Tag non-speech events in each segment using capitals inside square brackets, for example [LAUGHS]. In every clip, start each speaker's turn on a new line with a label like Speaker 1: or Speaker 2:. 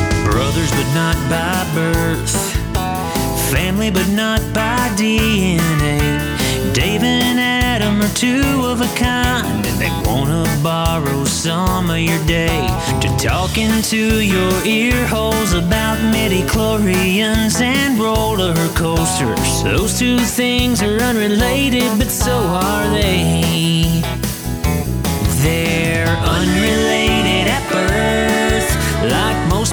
Speaker 1: sisters, but not by birth. Family, but not by DNA. Dave and Adam are two of a kind, and they wanna borrow some of your day to talk into your ear holes about midi chlorians and roller coasters. Those two things are unrelated, but so are they. They're unrelated at birth, like most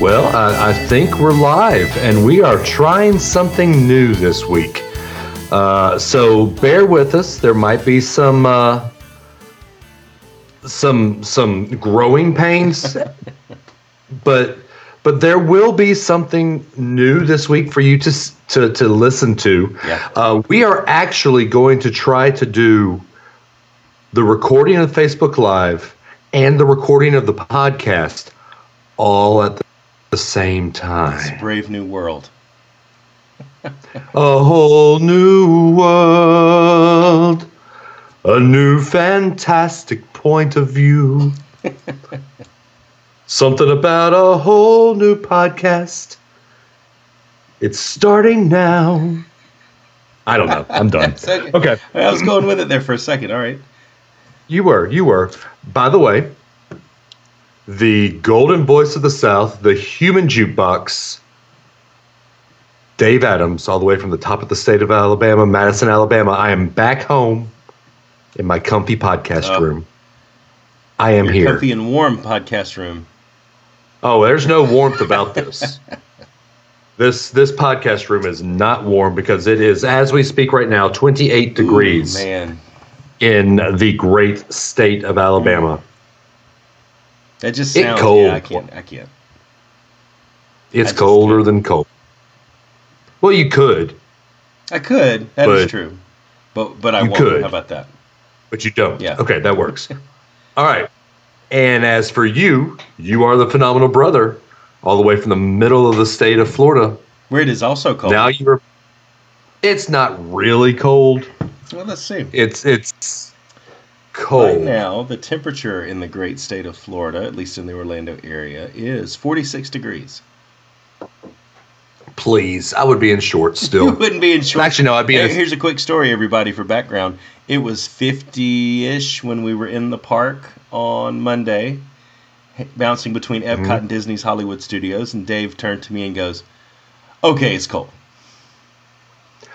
Speaker 2: Well, I, I think we're live and we are trying something new this week. Uh, so bear with us. There might be some uh, some some growing pains, but but there will be something new this week for you to s- to, to listen to.
Speaker 3: Yeah.
Speaker 2: Uh, we are actually going to try to do the recording of Facebook Live and the recording of the podcast all at the same
Speaker 3: It's
Speaker 2: time.
Speaker 3: a brave new world.
Speaker 2: A whole new world, a new fantastic point of [LAUGHS] view. Something about a whole new podcast. It's starting now. I don't know. I'm done.
Speaker 3: [LAUGHS] It's okay.
Speaker 2: Okay.
Speaker 3: I was going with it there for a second. All right.
Speaker 2: You were, you were. By the way, the golden voice of the South, the human jukebox, Dave Adams, all the way from the top of the state of Alabama, Madison, Alabama. I am back home in my comfy podcast
Speaker 3: Oh.
Speaker 2: room. I am
Speaker 3: Your
Speaker 2: here.
Speaker 3: comfy and warm podcast room.
Speaker 2: Oh, there's no warmth about
Speaker 3: [LAUGHS]
Speaker 2: this. this this podcast room is not warm because it is, as we speak right now, 28 degrees
Speaker 3: Ooh, man,
Speaker 2: in the great state of Alabama.
Speaker 3: that just
Speaker 2: It
Speaker 3: sounds.
Speaker 2: cold.
Speaker 3: Yeah, I can't. I can't. I
Speaker 2: It's
Speaker 3: just
Speaker 2: colder
Speaker 3: can't.
Speaker 2: than cold. Well, you could,
Speaker 3: I could. That is
Speaker 2: But-
Speaker 3: true. But but I
Speaker 2: You
Speaker 3: won't.
Speaker 2: could.
Speaker 3: How about that?
Speaker 2: but you don't.
Speaker 3: Yeah.
Speaker 2: Okay, that works. All right. And as for you, you are the phenomenal brother, all the way from the middle of the state of Florida.
Speaker 3: Where it is also cold.
Speaker 2: Now you're. It's not really cold.
Speaker 3: well, let's see.
Speaker 2: It's it's cold.
Speaker 3: Right now, the temperature in the great state of Florida, at least in the Orlando area, is 46 degrees.
Speaker 2: Please, I would be in shorts
Speaker 3: You [LAUGHS]
Speaker 2: still.
Speaker 3: wouldn't be in shorts.
Speaker 2: Actually, no, I'd be in.
Speaker 3: Here-
Speaker 2: A,
Speaker 3: Here's a quick story, everybody, for background. It was 50 ish when we were in the park on Monday, h- bouncing between Epcot
Speaker 2: Mm-hmm.
Speaker 3: and Disney's Hollywood Studios, and Dave turned to me and goes, Okay, it's cold.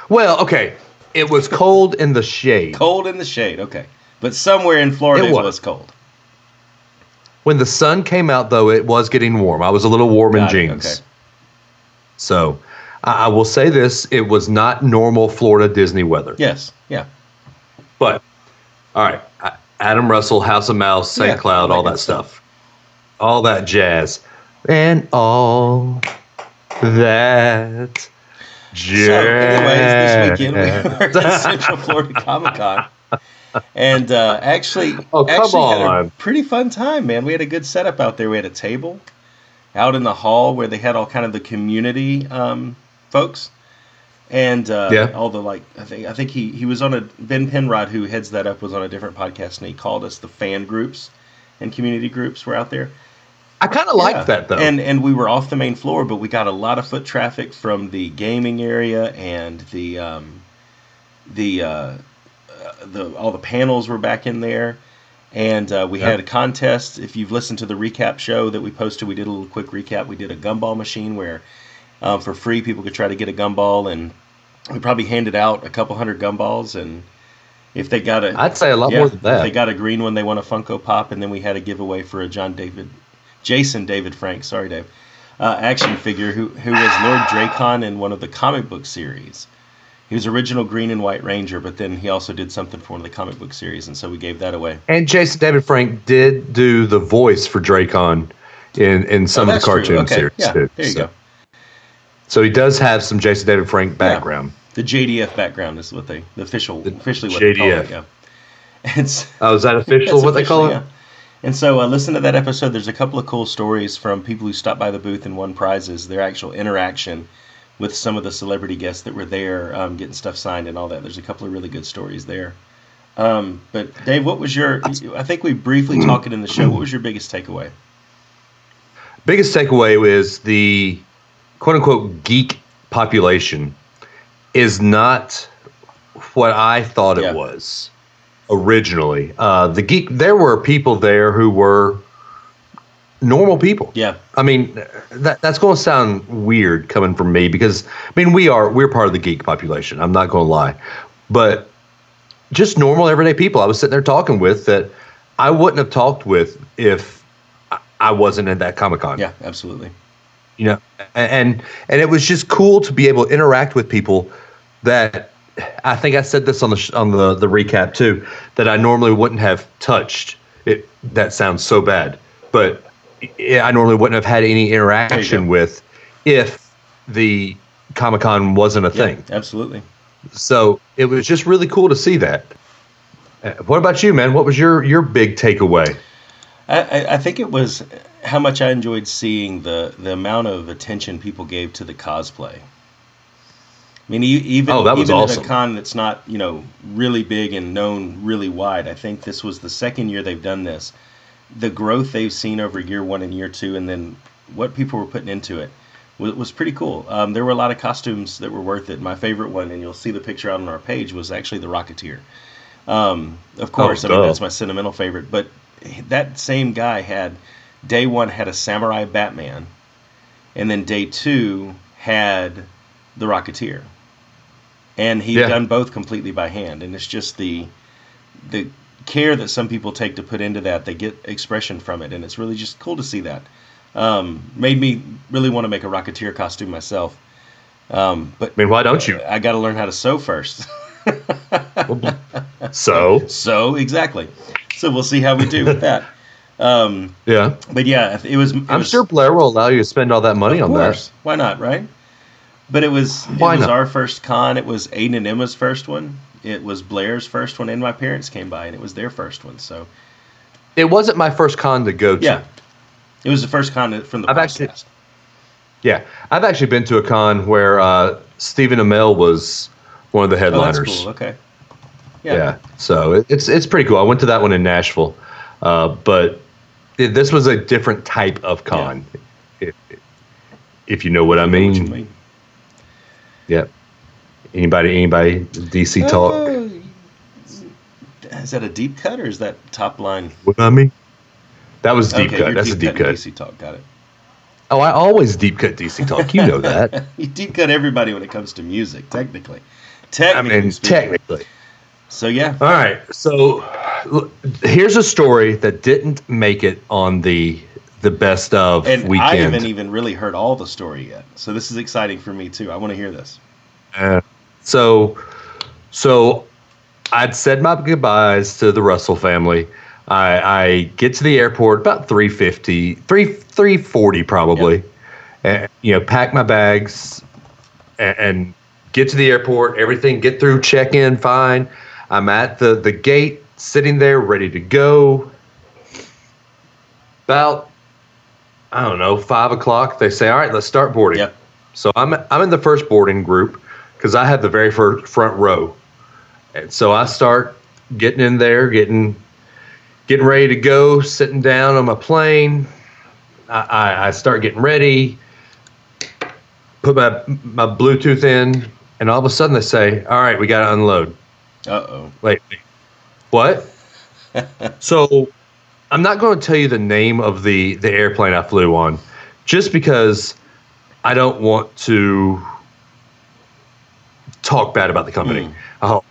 Speaker 2: well, okay. It was cold in the shade.
Speaker 3: Cold in the shade, okay. But somewhere in Florida,
Speaker 2: It
Speaker 3: it was,
Speaker 2: was.
Speaker 3: cold.
Speaker 2: When the sun came out, though, it was getting warm. I was a little warm in
Speaker 3: Got it,
Speaker 2: jeans. So I, I will say this it was not normal Florida Disney weather.
Speaker 3: Yes, yeah.
Speaker 2: But, all right, I- Adam Russell, House of Mouse, St.
Speaker 3: Yeah,
Speaker 2: Cloud, all
Speaker 3: like
Speaker 2: that
Speaker 3: it.
Speaker 2: stuff. All that jazz. And all that jazz.
Speaker 3: So, anyways, this
Speaker 2: [LAUGHS]
Speaker 3: weekend we [LAUGHS] were at Central Florida Comic Con, and uh, actually,
Speaker 2: Oh, come
Speaker 3: actually had a
Speaker 2: on.
Speaker 3: pretty fun time, man. We had a good setup out there. We had a table out in the hall where they had all kind of the community um, folks, and uh,
Speaker 2: Yeah.
Speaker 3: all the like. I think I think he he was on a Ben Penrod, who heads that up, was on a different podcast, and he called us the fan groups and community groups were out there.
Speaker 2: I kind of like
Speaker 3: Yeah.
Speaker 2: that, though.
Speaker 3: And and we were off the main floor, but we got a lot of foot traffic from the gaming area and the um, the uh, uh, the all the panels were back in there. And uh, we
Speaker 2: Yeah.
Speaker 3: had a contest. If you've listened to the recap show that we posted, we did a little quick recap. We did a gumball machine where, um, for free, people could try to get a gumball, and we probably handed out a couple hundred gumballs. And if they got a,
Speaker 2: I'd say a lot more than
Speaker 3: if
Speaker 2: that.
Speaker 3: They got a green one. They won a Funko Pop, and then we had a giveaway for a John David, Jason David Frank. Sorry, Dave. Uh, action figure who who was Lord Dracon in one of the comic book series. He was original Green and White Ranger, but then he also did something for one of the comic book series, and so we gave that away.
Speaker 2: and Jason David Frank did do the voice for Dracon in, in some of
Speaker 3: Oh, that's
Speaker 2: the
Speaker 3: true.
Speaker 2: cartoon
Speaker 3: Okay,
Speaker 2: series.
Speaker 3: yeah,
Speaker 2: too,
Speaker 3: there you
Speaker 2: so.
Speaker 3: go.
Speaker 2: So he does have some Jason David Frank background.
Speaker 3: The JDF background is what they the official officially what they
Speaker 2: JDF.
Speaker 3: call it. Yeah. It's
Speaker 2: Oh, is that official?
Speaker 3: That's
Speaker 2: what they call it?
Speaker 3: officially, yeah. And so, uh, listen to that episode. There's a couple of cool stories from people who stopped by the booth and won prizes. Their actual interaction with some of the celebrity guests that were there, um, getting stuff signed and all that. There's a couple of really good stories there. Um, but Dave, what was your? I think we briefly talked it in the show. What was your biggest takeaway?
Speaker 2: biggest takeaway is the quote unquote geek population is not what I thought
Speaker 3: Yeah.
Speaker 2: it was originally. Uh, the geek, there were people there who were normal people.
Speaker 3: Yeah,
Speaker 2: I mean, that that's going to sound weird coming from me because I mean we are we're part of the geek population. I'm not going to lie, but just normal everyday people I was sitting there talking with that I wouldn't have talked with if I- I wasn't at that Comic Con.
Speaker 3: yeah, absolutely.
Speaker 2: you know, and and it was just cool to be able to interact with people that I think I said this on the sh- on the the recap too that I normally wouldn't have touched. It that sounds so bad, but i I normally wouldn't have had any interaction
Speaker 3: go.
Speaker 2: with if the Comic Con wasn't a
Speaker 3: Yeah,
Speaker 2: thing.
Speaker 3: absolutely.
Speaker 2: So it was just really cool to see that. Uh, What about you, man? What was your your big takeaway?
Speaker 3: I, I- I think it was how much I enjoyed seeing the, the amount of attention people gave to the cosplay. I mean, e- even
Speaker 2: Oh, that was
Speaker 3: even
Speaker 2: awesome.
Speaker 3: at a con that's not you know really big and known really wide, I think this was the second year they've done this. The growth they've seen over year one and year two, and then what people were putting into it was, was pretty cool. Um, there were a lot of costumes that were worth it. My favorite one, and you'll see the picture out on our page, was actually the Rocketeer. Um, of course, I mean
Speaker 2: duh.
Speaker 3: that's my sentimental favorite. But that same guy had day one had a samurai Batman, and then day two had the Rocketeer, and he
Speaker 2: Yeah.
Speaker 3: done both completely by hand. And it's just the the care that some people take to put into that. They get expression from it, and it's really just cool to see that. Um, made me really want to make a Rocketeer costume myself. Um, but
Speaker 2: I mean, why don't you?
Speaker 3: I got to learn how to sew first. [LAUGHS]
Speaker 2: So
Speaker 3: so exactly. So we'll see how we do with that. Um,
Speaker 2: yeah,
Speaker 3: but yeah, it was. It
Speaker 2: I'm
Speaker 3: was,
Speaker 2: sure Blair will allow you to spend all that money on that.
Speaker 3: Why not, right? But it was
Speaker 2: Why
Speaker 3: it was
Speaker 2: not?
Speaker 3: our first con. It was Aiden and Emma's first one. It was Blair's first one, and my parents came by, and it was their first one. So
Speaker 2: It wasn't my first con to go to.
Speaker 3: yeah, it was the first con that- from the
Speaker 2: I've
Speaker 3: podcast.
Speaker 2: actually- Yeah. I've actually been to a con where uh, Stephen Amell was one of the
Speaker 3: oh, that's
Speaker 2: headliners.
Speaker 3: cool. Okay.
Speaker 2: yeah. So it, it's it's pretty cool. I went to that one in Nashville, uh, but it, this was a different type of con, if, if you know what I mean.
Speaker 3: What you mean?
Speaker 2: Yeah. Anybody, anybody, DC talk.
Speaker 3: Oh, is that a deep cut or is that top line?
Speaker 2: What I mean? That was deep
Speaker 3: Okay,
Speaker 2: cut.
Speaker 3: you're
Speaker 2: That's a deep
Speaker 3: cutting
Speaker 2: cut.
Speaker 3: DC talk. Got it.
Speaker 2: Oh, I always deep cut DC talk. You know
Speaker 3: [LAUGHS]
Speaker 2: that.
Speaker 3: you deep cut everybody when it comes to music, technically.
Speaker 2: I
Speaker 3: Technically.
Speaker 2: mean,
Speaker 3: speaking.
Speaker 2: technically.
Speaker 3: So yeah,
Speaker 2: All right. So l- here's a story that didn't make it on the the best of
Speaker 3: and I
Speaker 2: weekend.
Speaker 3: haven't even really heard all the story yet. So this is exciting for me too. I want to hear this.
Speaker 2: Uh, so so I'd said my goodbyes to the Russell family. I, I get to the airport about 350, 3 340 probably. And, you know, pack my bags and, and get to the airport, everything, get through, check in, fine. I'm at the, the gate, sitting there, ready to go. About, I don't know, five o'clock, they say, all right, let's start boarding.
Speaker 3: Yep.
Speaker 2: So I'm I'm in the first boarding group because I have the very first front row, and so I start getting in there, getting getting ready to go, sitting down on my plane. I, I, I start getting ready, put my my Bluetooth in, and all of a sudden they say, "All right, we got to unload."
Speaker 3: Uh oh.
Speaker 2: Like, what? so, I'm not going to tell you the name of the the airplane I flew on, just because I don't want to talk bad about the company.
Speaker 3: Mm.
Speaker 2: Oh,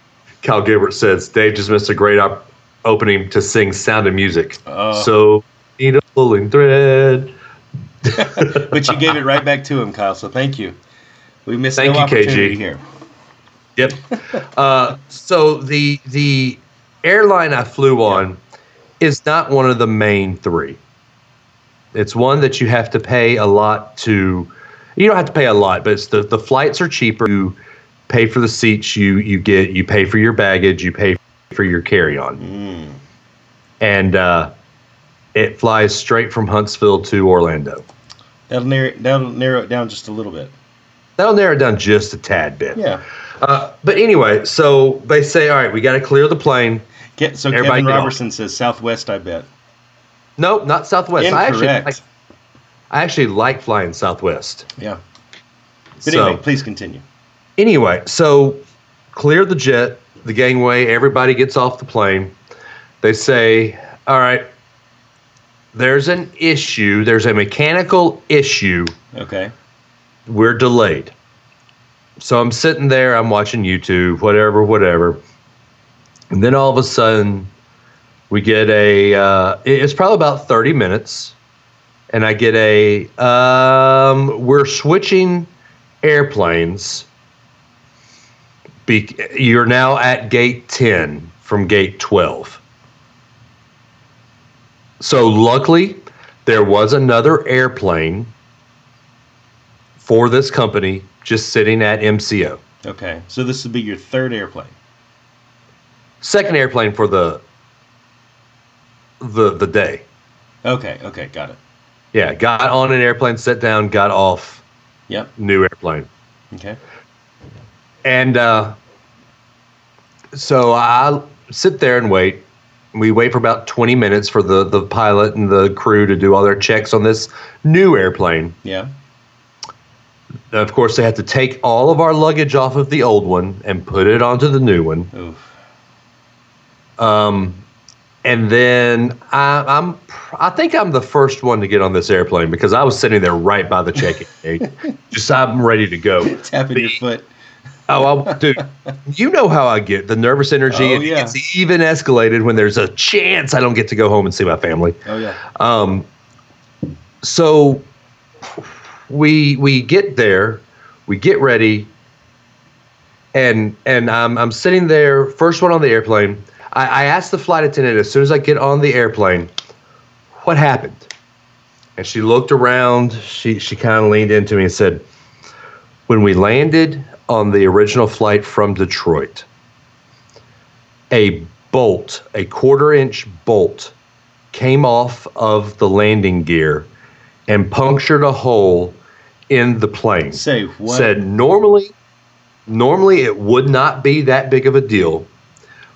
Speaker 2: Cal Gilbert says Dave just missed a great op- opening to sing "Sound of Music."
Speaker 3: Oh.
Speaker 2: So, needle and thread.
Speaker 3: But you gave it right back to him, Kyle. So thank you. We missed
Speaker 2: Thank
Speaker 3: no
Speaker 2: you, KG.
Speaker 3: opportunity here.
Speaker 2: Yep. uh, so the the airline I flew on is not one of the main three. It's one that you have to pay a lot to. You don't have to pay a lot, but it's the the flights are cheaper. You pay for the seats you you get. You pay for your baggage. You pay for your carry on, and uh, it flies straight from Huntsville to Orlando.
Speaker 3: That'll narrow, that'll narrow it down just a little bit.
Speaker 2: That'll narrow it down just a tad bit.
Speaker 3: Yeah.
Speaker 2: Uh, but anyway, so they say, all right, we got to clear the plane.
Speaker 3: Get, so
Speaker 2: Everybody
Speaker 3: Kevin
Speaker 2: get off.
Speaker 3: Robertson says Southwest, I bet.
Speaker 2: Nope, not Southwest. I actually,
Speaker 3: Incorrect.
Speaker 2: like, I actually like flying Southwest.
Speaker 3: yeah. But
Speaker 2: so
Speaker 3: anyway, please continue.
Speaker 2: anyway, so clear the jet, the gangway. Everybody gets off the plane. They say, all right, there's an issue. There's a mechanical issue.
Speaker 3: Okay.
Speaker 2: we're delayed. So I'm sitting there, I'm watching YouTube, whatever, whatever. And then all of a sudden, we get a, uh, it- it's probably about 30 minutes. And I get a, um, we're switching airplanes. Be- you're now at gate 10 from gate 12. So luckily, there was another airplane for this company just sitting at MCO.
Speaker 3: Okay. So this would be your third airplane.
Speaker 2: Second airplane for the the the day.
Speaker 3: Okay. Okay. Got it.
Speaker 2: Yeah, got on an airplane, sat down, got off,
Speaker 3: Yep.
Speaker 2: new airplane.
Speaker 3: Okay.
Speaker 2: And uh, so I sit there and wait. We wait for about 20 minutes for the, the pilot and the crew to do all their checks on this new airplane.
Speaker 3: Yeah.
Speaker 2: Of course, they had to take all of our luggage off of the old one and put it onto the new one.
Speaker 3: Oof.
Speaker 2: Um, and then I, I'm, pr- I think I'm the first one to get on this airplane because I was sitting there right by the
Speaker 3: [LAUGHS]
Speaker 2: check-in gate. Just I'm ready to go.
Speaker 3: Tapping your foot.
Speaker 2: Oh, I, dude, you know how I get the nervous energy.
Speaker 3: Oh,
Speaker 2: and
Speaker 3: yeah.
Speaker 2: It's even escalated when there's a chance I don't get to go home and see my family.
Speaker 3: Oh, yeah.
Speaker 2: Um, so we we get there, we get ready, and and I'm I'm sitting there, first one on the airplane. I, I asked the flight attendant as soon as I get on the airplane, what happened? And she looked around, she she kind of leaned into me and said, When we landed on the original flight from Detroit, a bolt, a quarter inch bolt came off of the landing gear and punctured a hole in the plane.
Speaker 3: Say what?
Speaker 2: Said normally, normally it would not be that big of a deal,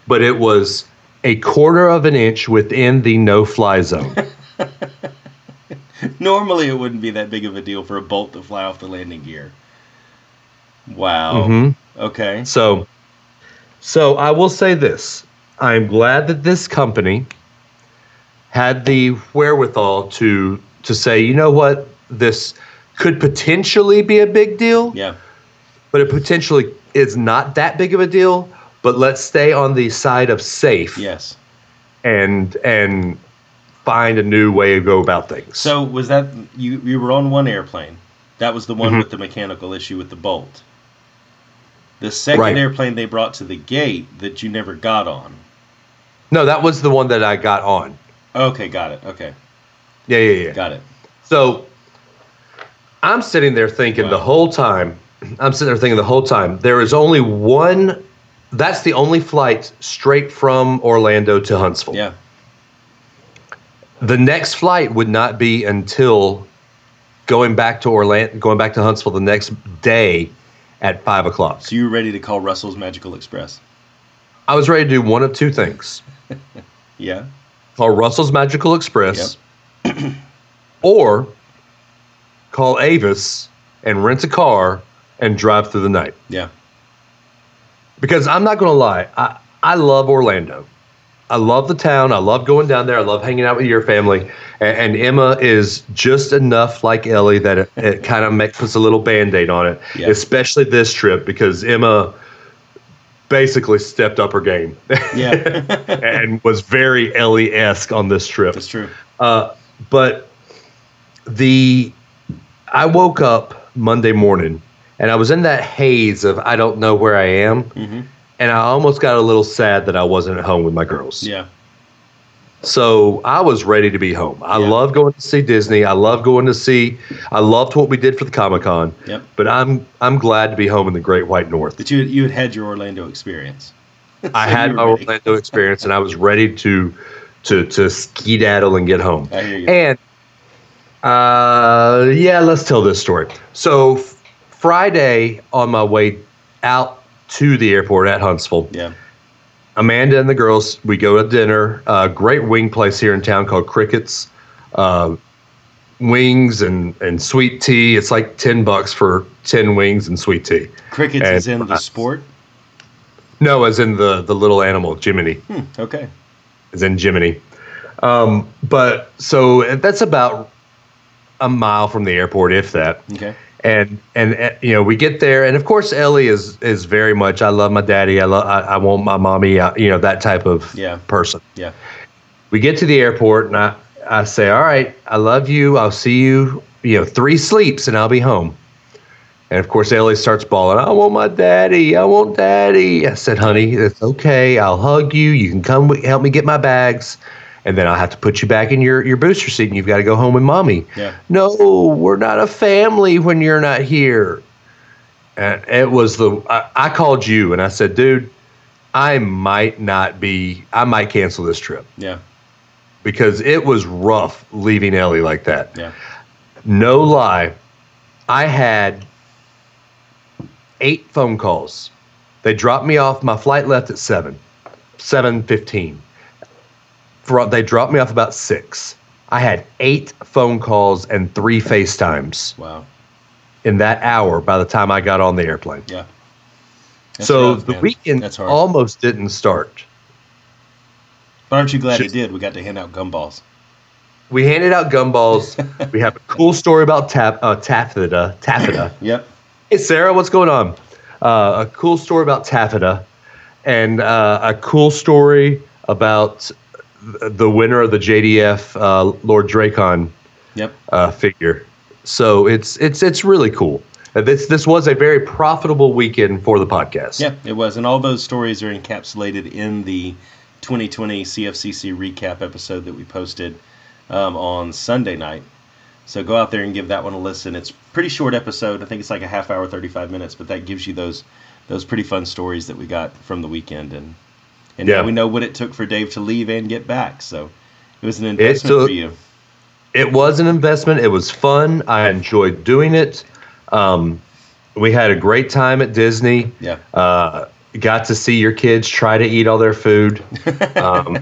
Speaker 2: but it was a quarter of an inch within the no-fly
Speaker 3: [LAUGHS]
Speaker 2: zone.
Speaker 3: Normally, it wouldn't be that big of a deal for a bolt to fly off the landing gear. Wow.
Speaker 2: Mhm.
Speaker 3: Okay.
Speaker 2: So, so I will say this: I'm glad that this company had the wherewithal to to say, you know what, this could potentially be a big deal,
Speaker 3: Yeah.
Speaker 2: but it potentially is not that big of a deal. But let's stay on the side of safe
Speaker 3: Yes.
Speaker 2: and and find a new way to go about things.
Speaker 3: So was that you? You were on one airplane. That was the one with the mechanical issue with the bolt. The second
Speaker 2: Right.
Speaker 3: airplane they brought to the gate that you never got on.
Speaker 2: no, that was the one that I got on.
Speaker 3: Okay, got it. Okay,
Speaker 2: Yeah, yeah, yeah.
Speaker 3: got it.
Speaker 2: So I'm sitting there thinking the
Speaker 3: Wow.
Speaker 2: whole time, [CLEARS THROAT] I'm sitting there thinking the whole time, there is only one, that's the only flight straight from Orlando to Huntsville.
Speaker 3: Yeah.
Speaker 2: The next flight would not be until going back to Orlando, going back to Huntsville the next day at five o'clock.
Speaker 3: So you were ready to call Russell's Magical Express.
Speaker 2: I was ready to do one of two things.
Speaker 3: Yeah.
Speaker 2: call Russell's Magical Express, [CLEARS THROAT] or call Avis and rent a car and drive through the night.
Speaker 3: Yeah.
Speaker 2: Because I'm not going to lie, I, I love Orlando. I love the town. I love going down there. I love hanging out with your family. And, and Emma is just enough like Ellie that it, it kind of makes, puts a little band aid on it,
Speaker 3: Yeah.
Speaker 2: especially this trip because Emma basically stepped up her game [LAUGHS]
Speaker 3: Yeah.
Speaker 2: and was very Ellie esque on this trip.
Speaker 3: That's true.
Speaker 2: Uh, but the I woke up Monday morning and I was in that haze of I don't know where I am,
Speaker 3: hmm
Speaker 2: and I almost got a little sad that I wasn't at home with my girls.
Speaker 3: Yeah.
Speaker 2: So I was ready to be home. I love going to see Disney. I love going to see. I loved what we did for the Comic Con.
Speaker 3: Yep.
Speaker 2: But I'm I'm glad to be home in the Great White North.
Speaker 3: [LAUGHS] That you you had had your Orlando experience.
Speaker 2: I
Speaker 3: So
Speaker 2: had
Speaker 3: you
Speaker 2: my
Speaker 3: were ready.
Speaker 2: Orlando experience, and I was ready to to to skedaddle and get home.
Speaker 3: I hear you.
Speaker 2: And uh, yeah, let's tell this story. So f- Friday, on my way out to the airport at Huntsville,
Speaker 3: yeah.
Speaker 2: Amanda and the girls, we go to dinner. Uh, great wing place here in town called Crickets. Uh, wings and and sweet tea. It's like ten bucks for ten wings and sweet tea.
Speaker 3: Crickets
Speaker 2: And-
Speaker 3: is in the sport.
Speaker 2: No, as in the the little animal, Jiminy.
Speaker 3: Hmm, okay.
Speaker 2: is in Jiminy. Um, but so that's about a mile from the airport, if that.
Speaker 3: Okay.
Speaker 2: And and eh, you know we get there, and of course Ellie is is very much I love my daddy, I love I, I want my mommy, I, you know that type of
Speaker 3: Yeah.
Speaker 2: person.
Speaker 3: Yeah.
Speaker 2: We get to the airport, and I I say, all right, I love you, I'll see you, you know, three sleeps, and I'll be home. And of course Ellie starts bawling, I want my daddy, I want daddy. I said, honey, it's okay, I'll hug you, you can come wi- help me get my bags. And then I'll have to put you back in your, your booster seat and you've got to go home with mommy
Speaker 3: Yeah.
Speaker 2: no, we're not a family when you're not here. And it was the, I, I called you and I said, dude, I might not be, I might cancel this trip
Speaker 3: Yeah.
Speaker 2: because it was rough leaving Ellie like that.
Speaker 3: Yeah.
Speaker 2: No lie, I had eight phone calls. They dropped me off. My flight left at seven, seven fifteen. Dro- They dropped me off about six. I had eight phone calls and three FaceTimes
Speaker 3: Wow.
Speaker 2: in that hour. By the time I got on the airplane,
Speaker 3: Yeah. That's
Speaker 2: so
Speaker 3: rough,
Speaker 2: the
Speaker 3: man.
Speaker 2: weekend
Speaker 3: That's hard.
Speaker 2: almost didn't start.
Speaker 3: but aren't you glad
Speaker 2: Shit.
Speaker 3: it did? We got to hand out gumballs.
Speaker 2: We handed out gumballs.
Speaker 3: [LAUGHS]
Speaker 2: we have a cool story about tap, uh, taffeta.
Speaker 3: [COUGHS]
Speaker 2: Taffeta.
Speaker 3: Yep.
Speaker 2: Hey Sarah, what's going on? Uh, a cool story about taffeta, and uh, a cool story about th- the winner of the JDF uh, Lord Dracon
Speaker 3: Yep.
Speaker 2: uh, figure. So it's it's it's really cool. Uh, This this was a very profitable weekend for the podcast.
Speaker 3: Yeah, it was. And all those stories are encapsulated in the 2020 CFCC recap episode that we posted um, on Sunday night. So go out there and give that one a listen. It's a pretty short episode. I think it's like a half hour, 35 minutes, but that gives you those those pretty fun stories that we got from the weekend. And and
Speaker 2: Yeah.
Speaker 3: now we know what it took for Dave to leave and get back. So it was an investment
Speaker 2: took-
Speaker 3: for you.
Speaker 2: It was an investment. It was fun. I enjoyed doing it. Um, we had a great time at Disney.
Speaker 3: Yeah.
Speaker 2: Uh, got to see your kids try to eat all their food. [LAUGHS]
Speaker 3: [LAUGHS]
Speaker 2: Um,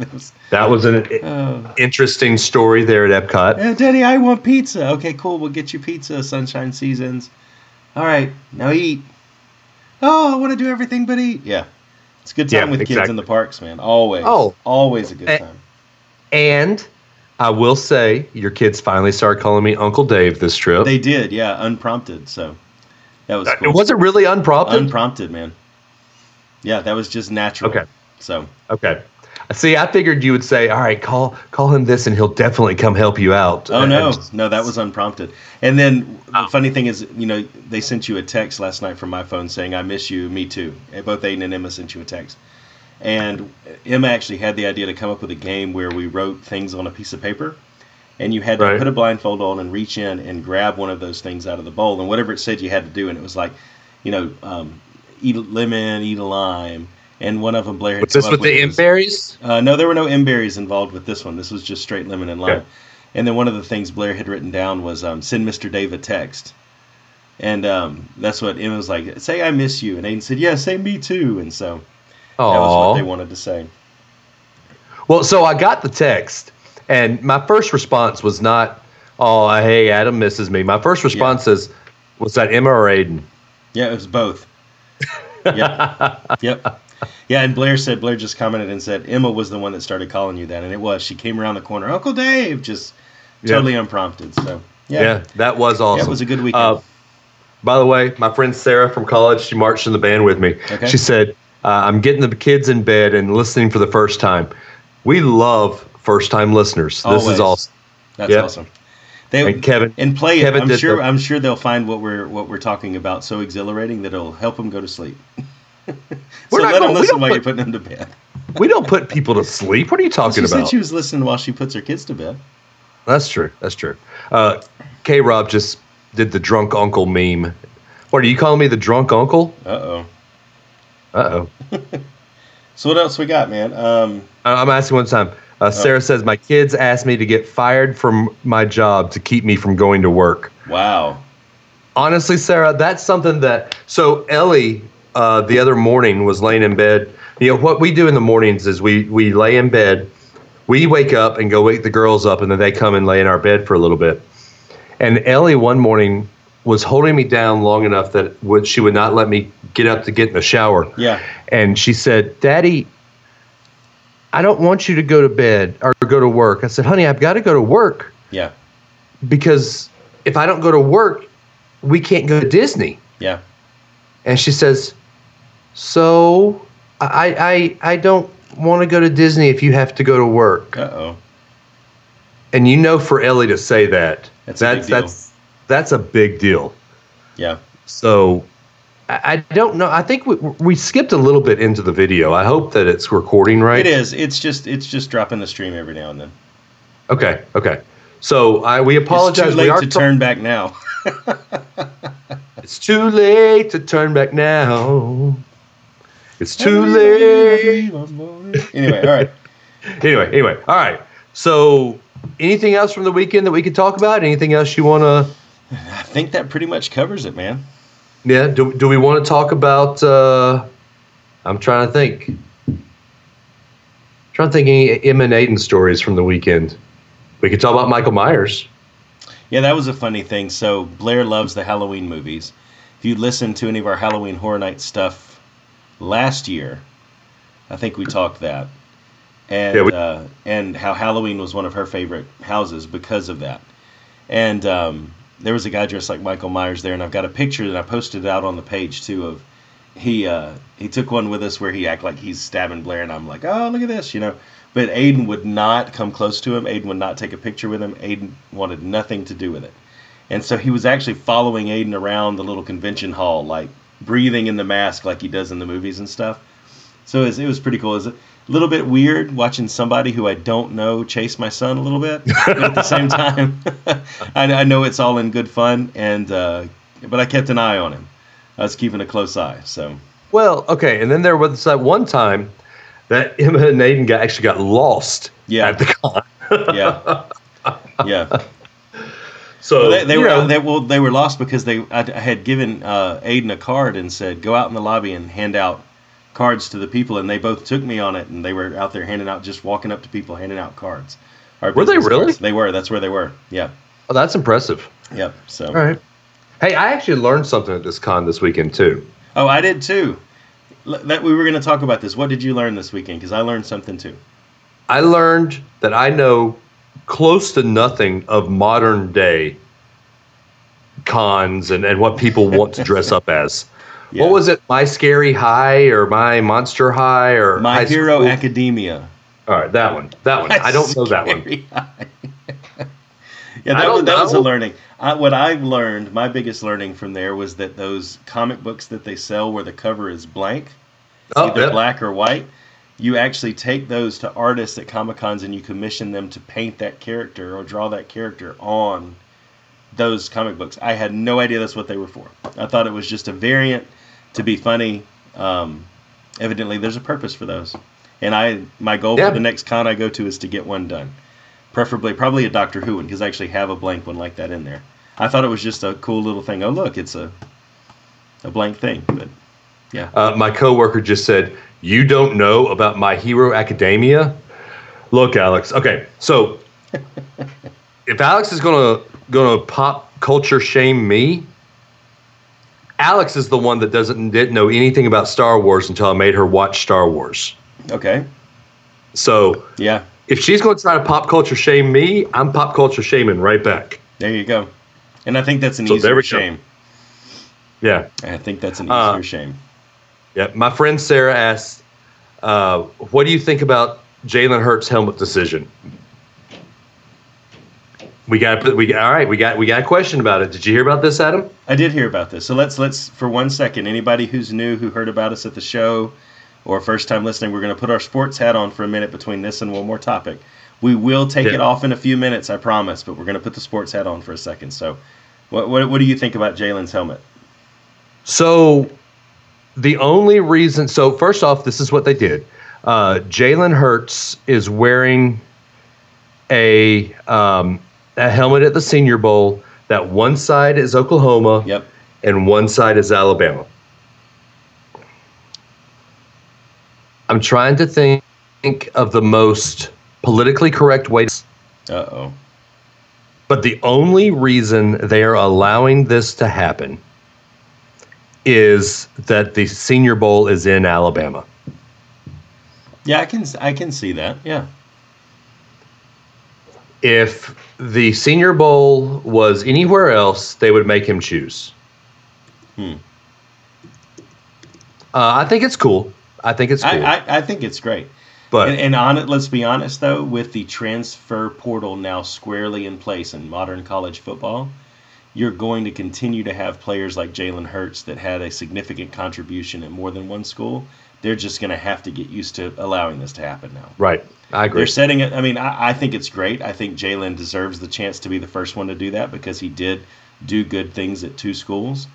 Speaker 3: It was-
Speaker 2: that was an
Speaker 3: oh.
Speaker 2: interesting story there at Epcot.
Speaker 3: Uh, Daddy, I want pizza. Okay, cool. We'll get you pizza, Sunshine Seasons. All right, now eat. Oh, I want to do everything but eat. Yeah. It's a good time
Speaker 2: Yeah,
Speaker 3: with kids in
Speaker 2: exactly.
Speaker 3: the parks, man. Always.
Speaker 2: Oh.
Speaker 3: Always a good
Speaker 2: Eh.
Speaker 3: time.
Speaker 2: And I will say, your kids finally started calling me Uncle Dave this trip. Uh,
Speaker 3: They did, yeah, unprompted. So that was cool.
Speaker 2: It wasn't really unprompted.
Speaker 3: unprompted, man. Yeah, that was just natural.
Speaker 2: Okay.
Speaker 3: So,
Speaker 2: okay. See, I figured you would say, "All right, call call him this, and he'll definitely come help you out."
Speaker 3: oh
Speaker 2: And- [LAUGHS]
Speaker 3: no,
Speaker 2: and-
Speaker 3: no, that was unprompted. And then
Speaker 2: Oh.
Speaker 3: the funny thing is, you know, they sent you a text last night from my phone saying, I miss you, me too. And both Aiden and Emma sent you a text. And Emma actually had the idea to come up with a game where we wrote things on a piece of paper, and you had to
Speaker 2: Right.
Speaker 3: put a blindfold on and reach in and grab one of those things out of the bowl, and whatever it said you had to do, and it was like, you know, um, eat a lemon, eat a lime, and one of them Blair. Had
Speaker 2: Was this
Speaker 3: come
Speaker 2: with
Speaker 3: up
Speaker 2: the
Speaker 3: was-
Speaker 2: Imberries?
Speaker 3: uh, no, there were no M berries involved with this one. This was just straight lemon and lime.
Speaker 2: Okay.
Speaker 3: And then one of the things Blair had written down was um, send Mr. Dave a text. And um, that's what Emma was like, say I miss you. And Aiden said, yeah, say me too. And so that was what they
Speaker 2: Oh.
Speaker 3: wanted to say.
Speaker 2: Well, so I got the text, and my first response was not, "Oh, hey, Adam misses me." My first response is, "Was that Emma or Aiden?"
Speaker 3: Yeah, it was both. yep.
Speaker 2: [LAUGHS]
Speaker 3: Yep. Yeah, and Blair said, Blair just commented and said, Emma was the one that started calling you that. And it was. She came around the corner, Uncle Dave, just
Speaker 2: Yeah.
Speaker 3: totally unprompted. So, yeah.
Speaker 2: Yeah, that was awesome.
Speaker 3: Yeah, it was a good weekend.
Speaker 2: Uh, By the way, my friend Sarah from college, she marched in the band with me.
Speaker 3: Okay.
Speaker 2: She said, uh, "I'm getting the kids in bed and listening for the first time. We love first-time listeners. This
Speaker 3: Always.
Speaker 2: is awesome."
Speaker 3: That's
Speaker 2: yeah.
Speaker 3: awesome. They,
Speaker 2: And Kevin,
Speaker 3: and play
Speaker 2: Kevin
Speaker 3: it. I'm
Speaker 2: did
Speaker 3: sure.
Speaker 2: the-
Speaker 3: I'm sure they'll find what we're what we're talking about so exhilarating that it'll help them go to sleep. so
Speaker 2: We're not
Speaker 3: let them
Speaker 2: gonna- we
Speaker 3: listen
Speaker 2: don't
Speaker 3: while
Speaker 2: put- [LAUGHS]
Speaker 3: you're putting them to bed.
Speaker 2: We don't put people to sleep. What are you
Speaker 3: She
Speaker 2: talking
Speaker 3: said
Speaker 2: about?
Speaker 3: she was listening while she puts her kids to bed.
Speaker 2: That's true. That's true. Uh, K Rob just did the drunk uncle meme. What are you calling me the drunk uncle?
Speaker 3: Uh oh.
Speaker 2: Uh oh.
Speaker 3: So what else we got, man? Um,
Speaker 2: I'm asking one time. Uh, Sarah says, My kids asked me to get fired from my job to keep me from going to work.
Speaker 3: wow.
Speaker 2: honestly, Sarah, that's something that. So Ellie, uh, the other morning, was laying in bed. You know what we do in the mornings is we we lay in bed, we wake up and go wake the girls up, and then they come and lay in our bed for a little bit. And Ellie one morning was holding me down long enough that would, she would not let me get up to get in the shower.
Speaker 3: Yeah.
Speaker 2: And she said, Daddy, I don't want you to go to bed or go to work. I said, Honey, I've got to go to work
Speaker 3: Yeah.
Speaker 2: because if I don't go to work, we can't go to Disney.
Speaker 3: Yeah.
Speaker 2: And she says, So I I I don't want to go to Disney if you have to go to work.
Speaker 3: Uh oh.
Speaker 2: And you know for Ellie to say that.
Speaker 3: That's a big deal.
Speaker 2: that's that's a big deal.
Speaker 3: Yeah.
Speaker 2: So I, I don't know. I think we we skipped a little bit into the video. I hope that it's recording right.
Speaker 3: It is. It's just. It's just dropping the stream every now and then.
Speaker 2: Okay, okay. So I we apologize.
Speaker 3: It's too late
Speaker 2: we are
Speaker 3: to
Speaker 2: tr-
Speaker 3: turn back now.
Speaker 2: It's too late to turn back now. It's too late.
Speaker 3: [LAUGHS] Anyway, all right.
Speaker 2: anyway, anyway, all right. So, anything else from the weekend that we could talk about? Anything else you want to?
Speaker 3: I think that pretty much covers it, man.
Speaker 2: Yeah. Do, do we want to talk about? Uh, I'm trying to think. trying to think any M and Aiden stories from the weekend. We could talk about Michael Myers.
Speaker 3: Yeah, that was a funny thing. So Blair loves the Halloween movies. If you listened to any of our Halloween Horror Night stuff last year, I think we talked that, and
Speaker 2: Yeah, we-
Speaker 3: uh, and how Halloween was one of her favorite houses because of that. And um, there was a guy dressed like Michael Myers there, and I've got a picture that I posted out on the page too of he uh, he took one with us where he act like he's stabbing Blair, and I'm like, oh look at this, you know. But Aiden would not come close to him. Aiden would not take a picture with him. Aiden wanted nothing to do with it, and so he was actually following Aiden around the little convention hall, like breathing in the mask, like he does in the movies and stuff. So it was, it was pretty cool. It was a little bit weird watching somebody who I don't know chase my son a little bit, but at the same time, [LAUGHS] I, I know it's all in good fun, and uh, but I kept an eye on him. I was keeping a close eye. So
Speaker 2: Well, okay, and then there was that one time that [LAUGHS] Emma and Aiden got, actually got lost
Speaker 3: Yeah.
Speaker 2: at the con.
Speaker 3: yeah, yeah.
Speaker 2: So
Speaker 3: Well, they, they
Speaker 2: you
Speaker 3: were
Speaker 2: know,
Speaker 3: they, well, they were lost because they I, I had given uh, Aiden a card and said go out in the lobby and hand out cards to the people, and they both took me on it, and they were out there handing out, just walking up to people, handing out cards. Our
Speaker 2: Were they
Speaker 3: business
Speaker 2: really?
Speaker 3: cards. They were. That's where they were. Yeah.
Speaker 2: oh, that's impressive.
Speaker 3: Yep. So.
Speaker 2: All right. Hey, I actually learned something at this con this weekend too.
Speaker 3: Oh, I did too. L- That we were going to talk about this. What did you learn this weekend? Because I learned something too.
Speaker 2: I learned that I know close to nothing of modern day cons and, and what people want to dress up as.
Speaker 3: [LAUGHS] Yeah.
Speaker 2: What was it? My Scary High or My Monster High or
Speaker 3: My
Speaker 2: High
Speaker 3: Hero
Speaker 2: School-
Speaker 3: Academia.
Speaker 2: All right, that one. That one. I don't know that [LAUGHS] one.
Speaker 3: yeah,
Speaker 2: I
Speaker 3: that,
Speaker 2: don't
Speaker 3: was, that was a
Speaker 2: know.
Speaker 3: learning. I, what I learned, my biggest learning from there was that those comic books that they sell where the cover is blank,
Speaker 2: Oh,
Speaker 3: either
Speaker 2: yeah.
Speaker 3: black or white, you actually take those to artists at Comic Cons and you commission them to paint that character or draw that character on those comic books. I had no idea that's what they were for. I thought it was just a variant to be funny. Um, evidently, there's a purpose for those. And I, my goal
Speaker 2: Yeah.
Speaker 3: for the next con I go to is to get one done, preferably probably a Doctor Who one because I actually have a blank one like that in there. I thought it was just a cool little thing. Oh look, it's a a blank thing, but yeah,
Speaker 2: Uh, my coworker just said, "You don't know about My Hero Academia." Look, Alex. Okay, so if Alex is gonna gonna pop culture shame me, Alex is the one that doesn't didn't know anything about Star Wars until I made her watch Star Wars.
Speaker 3: okay,
Speaker 2: So
Speaker 3: yeah,
Speaker 2: if she's gonna try to pop culture shame me, I'm pop culture shaming right back.
Speaker 3: there you go. And I think that's an
Speaker 2: So there
Speaker 3: easier
Speaker 2: we go.
Speaker 3: shame.
Speaker 2: Yeah.
Speaker 3: I think that's an easier
Speaker 2: Uh,
Speaker 3: shame.
Speaker 2: Yep. My friend Sarah asked, uh, "What do you think about Jalen Hurts' helmet decision?" We got we got- all right. We got we got a question about it. Did you hear about this, Adam?
Speaker 3: I did hear about this. So let's let's for one second, anybody who's new who heard about us at the show or first time listening, we're going to put our sports hat on for a minute between this and one more topic. We will take
Speaker 2: Yeah.
Speaker 3: it off in a few minutes, I promise, but we're going to put the sports hat on for a second. So, what, what, what do you think about Jalen's helmet?
Speaker 2: So the only reason, so first off, this is what they did. Uh, Jalen Hurts is wearing a um, a helmet at the Senior Bowl. That one side is Oklahoma,
Speaker 3: Yep.
Speaker 2: and one side is Alabama. I'm trying to think of the most politically correct way to
Speaker 3: Uh oh.
Speaker 2: but the only reason they are allowing this to happen is that the Senior Bowl is in Alabama.
Speaker 3: Yeah, I can I can see that. Yeah.
Speaker 2: If the Senior Bowl was anywhere else, they would make him choose.
Speaker 3: Hmm.
Speaker 2: Uh, I think it's cool. I think it's cool.
Speaker 3: I, I, I think it's great.
Speaker 2: but
Speaker 3: and, and on it, let's be honest though, with the transfer portal now squarely in place in modern college football, you're going to continue to have players like Jalen Hurts that had a significant contribution at more than one school. They're just going to have to get used to allowing this to happen now.
Speaker 2: right, I agree.
Speaker 3: They're setting it. I mean, I, I think it's great. I think Jalen deserves the chance to be the first one to do that because he did do good things at two schools.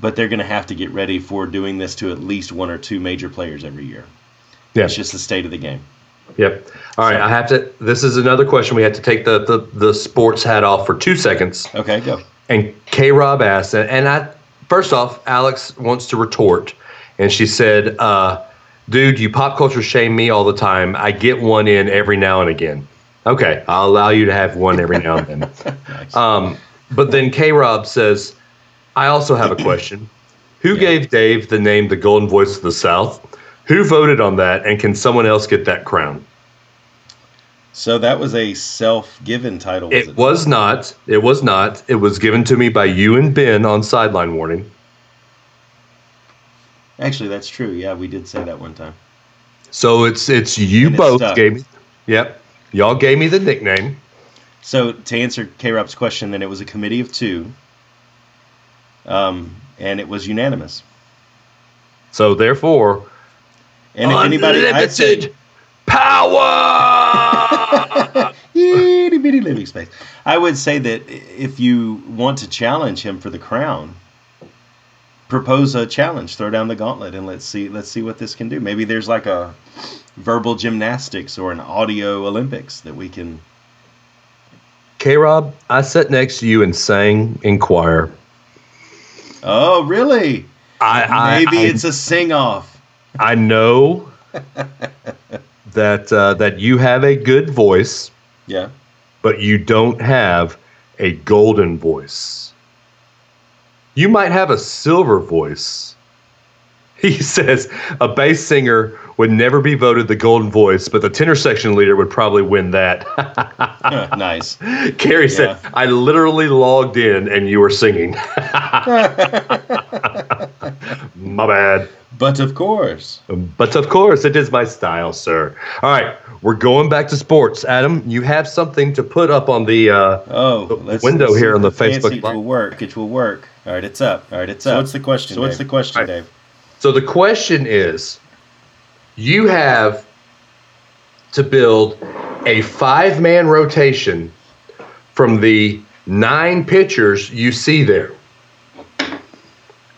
Speaker 3: But they're going to have to get ready for doing this to at least one or two major players every year.
Speaker 2: Yeah.
Speaker 3: It's just the state of the game.
Speaker 2: Yep. All right. I have to. This is another question. We had to take the the, the sports hat off for two seconds.
Speaker 3: Okay, go.
Speaker 2: And K Rob asked, and, and I first off, Alex wants to retort, and she said, uh, "Dude, you pop culture shame me all the time. I get one in every now and again. Okay, I'll allow you to have one every now and then."
Speaker 3: Nice.
Speaker 2: Um, but then K Rob says, I also have a question. Who gave Dave the name the Golden Voice of the South? Who voted on that? And can someone else get that crown?
Speaker 3: so that was a self-given title. was
Speaker 2: It was not. It was not. It was given to me by you and Ben on sideline warning.
Speaker 3: actually that's true. Yeah, we did say that one time.
Speaker 2: So it's it's you
Speaker 3: And it
Speaker 2: both
Speaker 3: stuck.
Speaker 2: gave me. Yep, y'all gave me the nickname.
Speaker 3: So to answer K. Rob's question, then it was a committee of two, um, and it was unanimous.
Speaker 2: So therefore,
Speaker 3: And if anybody, I'd say-
Speaker 2: unlimited power.
Speaker 3: [LAUGHS]
Speaker 2: [LAUGHS]
Speaker 3: itty bitty living space. I would say that i- if you want to challenge him for the crown, propose a challenge, throw down the gauntlet, and let's see let's see what this can do. Maybe there's like a verbal gymnastics or an audio Olympics that we can.
Speaker 2: K Rob, I sat next to you and sang in choir.
Speaker 3: Oh, really?
Speaker 2: I
Speaker 3: Maybe
Speaker 2: I,
Speaker 3: it's a sing off.
Speaker 2: I, I
Speaker 3: [LAUGHS]
Speaker 2: know that uh, that you have a good voice,
Speaker 3: Yeah. [LAUGHS]
Speaker 2: but you don't have a golden voice. You might have a silver voice. [LAUGHS] He says a bass singer would never be voted the golden voice, but the tenor section leader would probably win that. [LAUGHS]
Speaker 3: nice.
Speaker 2: Carrie said,
Speaker 3: Yeah.
Speaker 2: I literally logged in and you were singing. [LAUGHS] My bad.
Speaker 3: But of course.
Speaker 2: But of course, it is my style, sir. All right, we're going back to sports. Adam, you have something to put up on the. Uh,
Speaker 3: Oh,
Speaker 2: window
Speaker 3: see
Speaker 2: here
Speaker 3: if
Speaker 2: on the
Speaker 3: fancy
Speaker 2: Facebook
Speaker 3: It
Speaker 2: Live.
Speaker 3: will work. It will work. All right, it's up. All right, it's up.
Speaker 4: what's the question,
Speaker 3: So what's the
Speaker 4: Dave?
Speaker 3: question,
Speaker 2: All right.
Speaker 3: Dave?
Speaker 2: so the question is you have to build a five man rotation from the nine pitchers you see there.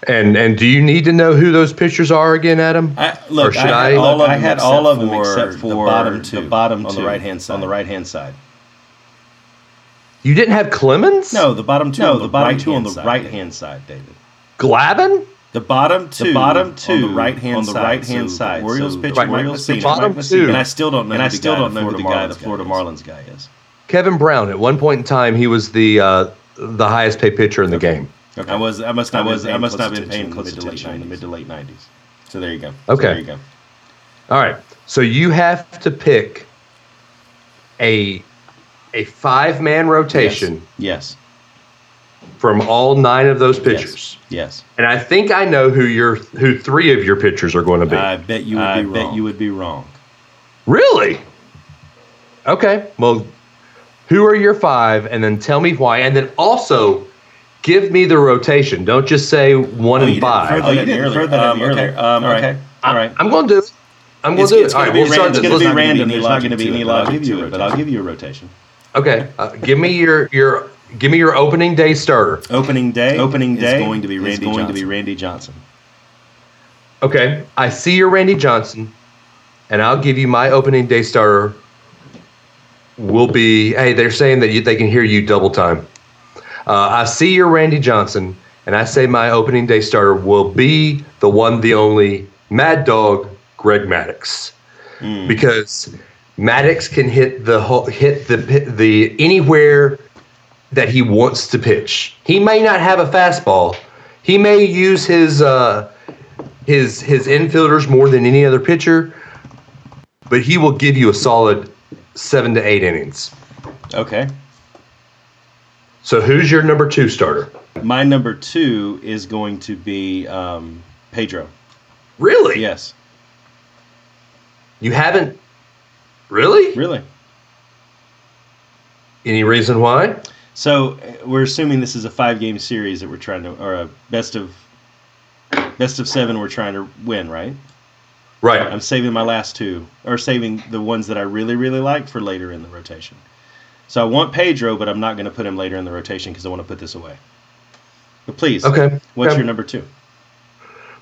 Speaker 2: And, and do you need to know who those pitchers are again, Adam?
Speaker 3: I, look,
Speaker 2: Or should
Speaker 3: I,
Speaker 2: I-
Speaker 3: had all
Speaker 4: Look,
Speaker 3: of
Speaker 4: I
Speaker 3: them
Speaker 4: had
Speaker 3: except
Speaker 4: all of them
Speaker 3: for
Speaker 4: except
Speaker 3: the
Speaker 4: for
Speaker 3: bottom
Speaker 4: the
Speaker 3: two, bottom
Speaker 4: on the
Speaker 3: two,
Speaker 4: right-hand side.
Speaker 3: On the right hand side.
Speaker 2: You didn't have Clemens?
Speaker 3: No, the bottom two.
Speaker 4: No,
Speaker 3: on the,
Speaker 4: the
Speaker 3: bottom
Speaker 4: right-hand
Speaker 3: two on the
Speaker 4: side,
Speaker 3: right
Speaker 4: David.
Speaker 3: hand side, David.
Speaker 2: Glavin?
Speaker 4: The bottom two,
Speaker 3: The bottom two
Speaker 4: on the right hand
Speaker 3: on the
Speaker 4: side.
Speaker 3: right hand
Speaker 4: So
Speaker 3: side.
Speaker 4: the Orioles
Speaker 3: so
Speaker 4: pitcher
Speaker 2: Right.
Speaker 4: Mike
Speaker 2: the
Speaker 3: Orioles
Speaker 4: Messina,
Speaker 3: pitcher,
Speaker 2: bottom
Speaker 3: Mike Messina.
Speaker 2: two.
Speaker 4: and I still don't know.
Speaker 3: And
Speaker 4: who
Speaker 3: I
Speaker 4: the
Speaker 3: still
Speaker 4: guy
Speaker 3: don't
Speaker 4: the
Speaker 3: know who the
Speaker 4: Florida
Speaker 3: guy, the
Speaker 4: Marlins
Speaker 3: Florida
Speaker 4: is.
Speaker 3: Marlins guy is.
Speaker 2: Kevin Brown. At one point in time, he was the uh, the highest paid pitcher in the game.
Speaker 3: I was. I must
Speaker 4: I
Speaker 3: not.
Speaker 4: was-
Speaker 3: Was I
Speaker 4: I
Speaker 3: must not have been paying close attention in the mid to late nineties. So there you go. So
Speaker 2: Okay.
Speaker 3: there you go.
Speaker 2: All right, so you have to pick a a five man rotation
Speaker 3: Yes.
Speaker 2: from all nine of those pitchers,
Speaker 3: Yes.
Speaker 2: and I think I know who your who three of your pitchers are going to be.
Speaker 3: I bet you. Would
Speaker 4: I
Speaker 3: be
Speaker 4: bet
Speaker 3: wrong.
Speaker 4: you
Speaker 3: would be wrong.
Speaker 2: really? Okay. Well, who are your five, and then tell me why, and then also give me the rotation. Don't just say one
Speaker 3: Oh, you
Speaker 2: and
Speaker 3: didn't
Speaker 2: five.
Speaker 3: further
Speaker 4: Oh, you
Speaker 3: that
Speaker 4: didn't
Speaker 3: earlier.
Speaker 4: further that
Speaker 3: Um,
Speaker 4: earlier.
Speaker 3: okay. Um,
Speaker 4: All right.
Speaker 3: okay. All right.
Speaker 2: I'm going to do it. I'm going
Speaker 3: It's,
Speaker 2: to do
Speaker 3: it's
Speaker 2: it. All right,
Speaker 3: going to
Speaker 2: we'll
Speaker 3: be,
Speaker 2: start
Speaker 3: ran- it's
Speaker 2: this.
Speaker 3: gonna
Speaker 4: There's
Speaker 3: be
Speaker 4: not gonna be
Speaker 3: random.
Speaker 4: any
Speaker 3: There's not going to
Speaker 4: logic
Speaker 3: be
Speaker 4: to it,
Speaker 3: any
Speaker 4: but I'll
Speaker 3: logic
Speaker 4: give you
Speaker 3: to
Speaker 4: a
Speaker 3: it, but I'll give you a rotation.
Speaker 2: Okay, uh, give me your your give me your opening day starter.
Speaker 3: Opening day. Opening day
Speaker 4: is going to be
Speaker 3: is
Speaker 4: Randy
Speaker 3: going to
Speaker 4: Johnson.
Speaker 3: be Randy Johnson.
Speaker 2: Okay, I see your Randy Johnson, and I'll give you my opening day starter. Will be hey, they're saying that you, they can hear you double time. Uh, I see your Randy Johnson, and I say my opening day starter will be the one, the only Mad Dog Greg Maddox, because Maddox can hit the whole- hit the the anywhere that he wants to pitch. He may not have a fastball. He may use his. Uh, his his infielders more than any other pitcher, but he will give you a solid seven to eight innings.
Speaker 3: Okay.
Speaker 2: So who's your number two starter?
Speaker 3: My number two is going to be um, Pedro.
Speaker 2: Really?
Speaker 3: Yes.
Speaker 2: You haven't really?
Speaker 3: Really.
Speaker 2: Any reason why?
Speaker 3: So uh, we're assuming this is a five-game series that we're trying to, or a best of, best of seven. We're trying to win, right?
Speaker 2: Right.
Speaker 3: I'm saving my last two, or saving the ones that I really, really like for later in the rotation. So I want Pedro, but I'm not going to put him later in the rotation because I want to put this away. But please,
Speaker 2: Okay.
Speaker 3: What's
Speaker 2: Okay.
Speaker 3: your number two?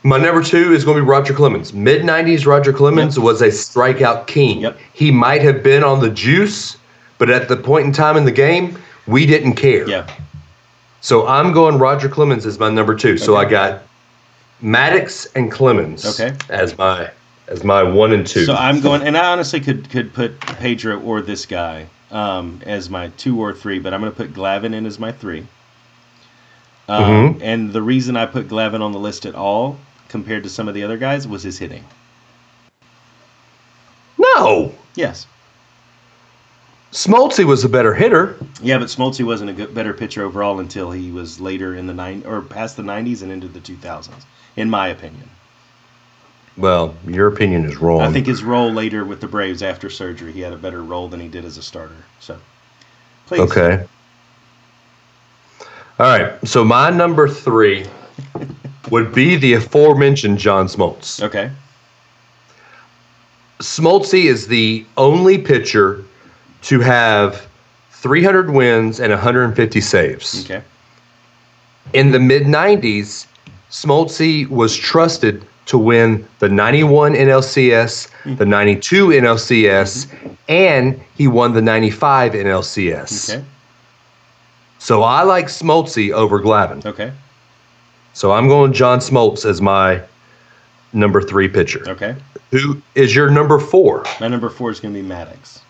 Speaker 2: My number two is going to be Roger Clemens. Mid 90s, Roger Clemens was a strikeout king.
Speaker 3: Yep.
Speaker 2: He might have been on the juice, but at the point in time in the game, we didn't care.
Speaker 3: Yeah.
Speaker 2: So I'm going Roger Clemens as my number two. So I
Speaker 3: Okay.
Speaker 2: got Maddox and Clemens
Speaker 3: Okay.
Speaker 2: as my as my one and two.
Speaker 3: So I'm going, and I honestly could could put Pedro or this guy um, as my two or three, but I'm going to put Glavin in as my three.
Speaker 2: Mm-hmm.
Speaker 3: Um, And the reason I put Glavin on the list at all compared to some of the other guys was his hitting.
Speaker 2: no,
Speaker 3: Yes.
Speaker 2: Smoltz was a better hitter.
Speaker 3: Yeah, but Smoltz wasn't a good, better pitcher overall until he was later in the nine or past the 90s and into the 2000s, in my opinion.
Speaker 2: Well, your opinion is wrong.
Speaker 3: I think his role later with the Braves after surgery, he had a better role than he did as a starter. So, please.
Speaker 2: okay. All right. So my number
Speaker 3: [LAUGHS]
Speaker 2: three would be the aforementioned John Smoltz.
Speaker 3: Okay.
Speaker 2: Smoltz is the only pitcher to have 300 wins and 150 saves.
Speaker 3: Okay.
Speaker 2: In the mid 90s, Smoltz was trusted to win the 91 NLCS,
Speaker 3: Mm-hmm.
Speaker 2: the 92 NLCS, and he won the 95 NLCS.
Speaker 3: Okay.
Speaker 2: So I like Smoltz over Glavin.
Speaker 3: Okay.
Speaker 2: So I'm going John Smoltz as my number three pitcher.
Speaker 3: Okay.
Speaker 2: Who is your number four?
Speaker 3: My number four is going to be Maddox.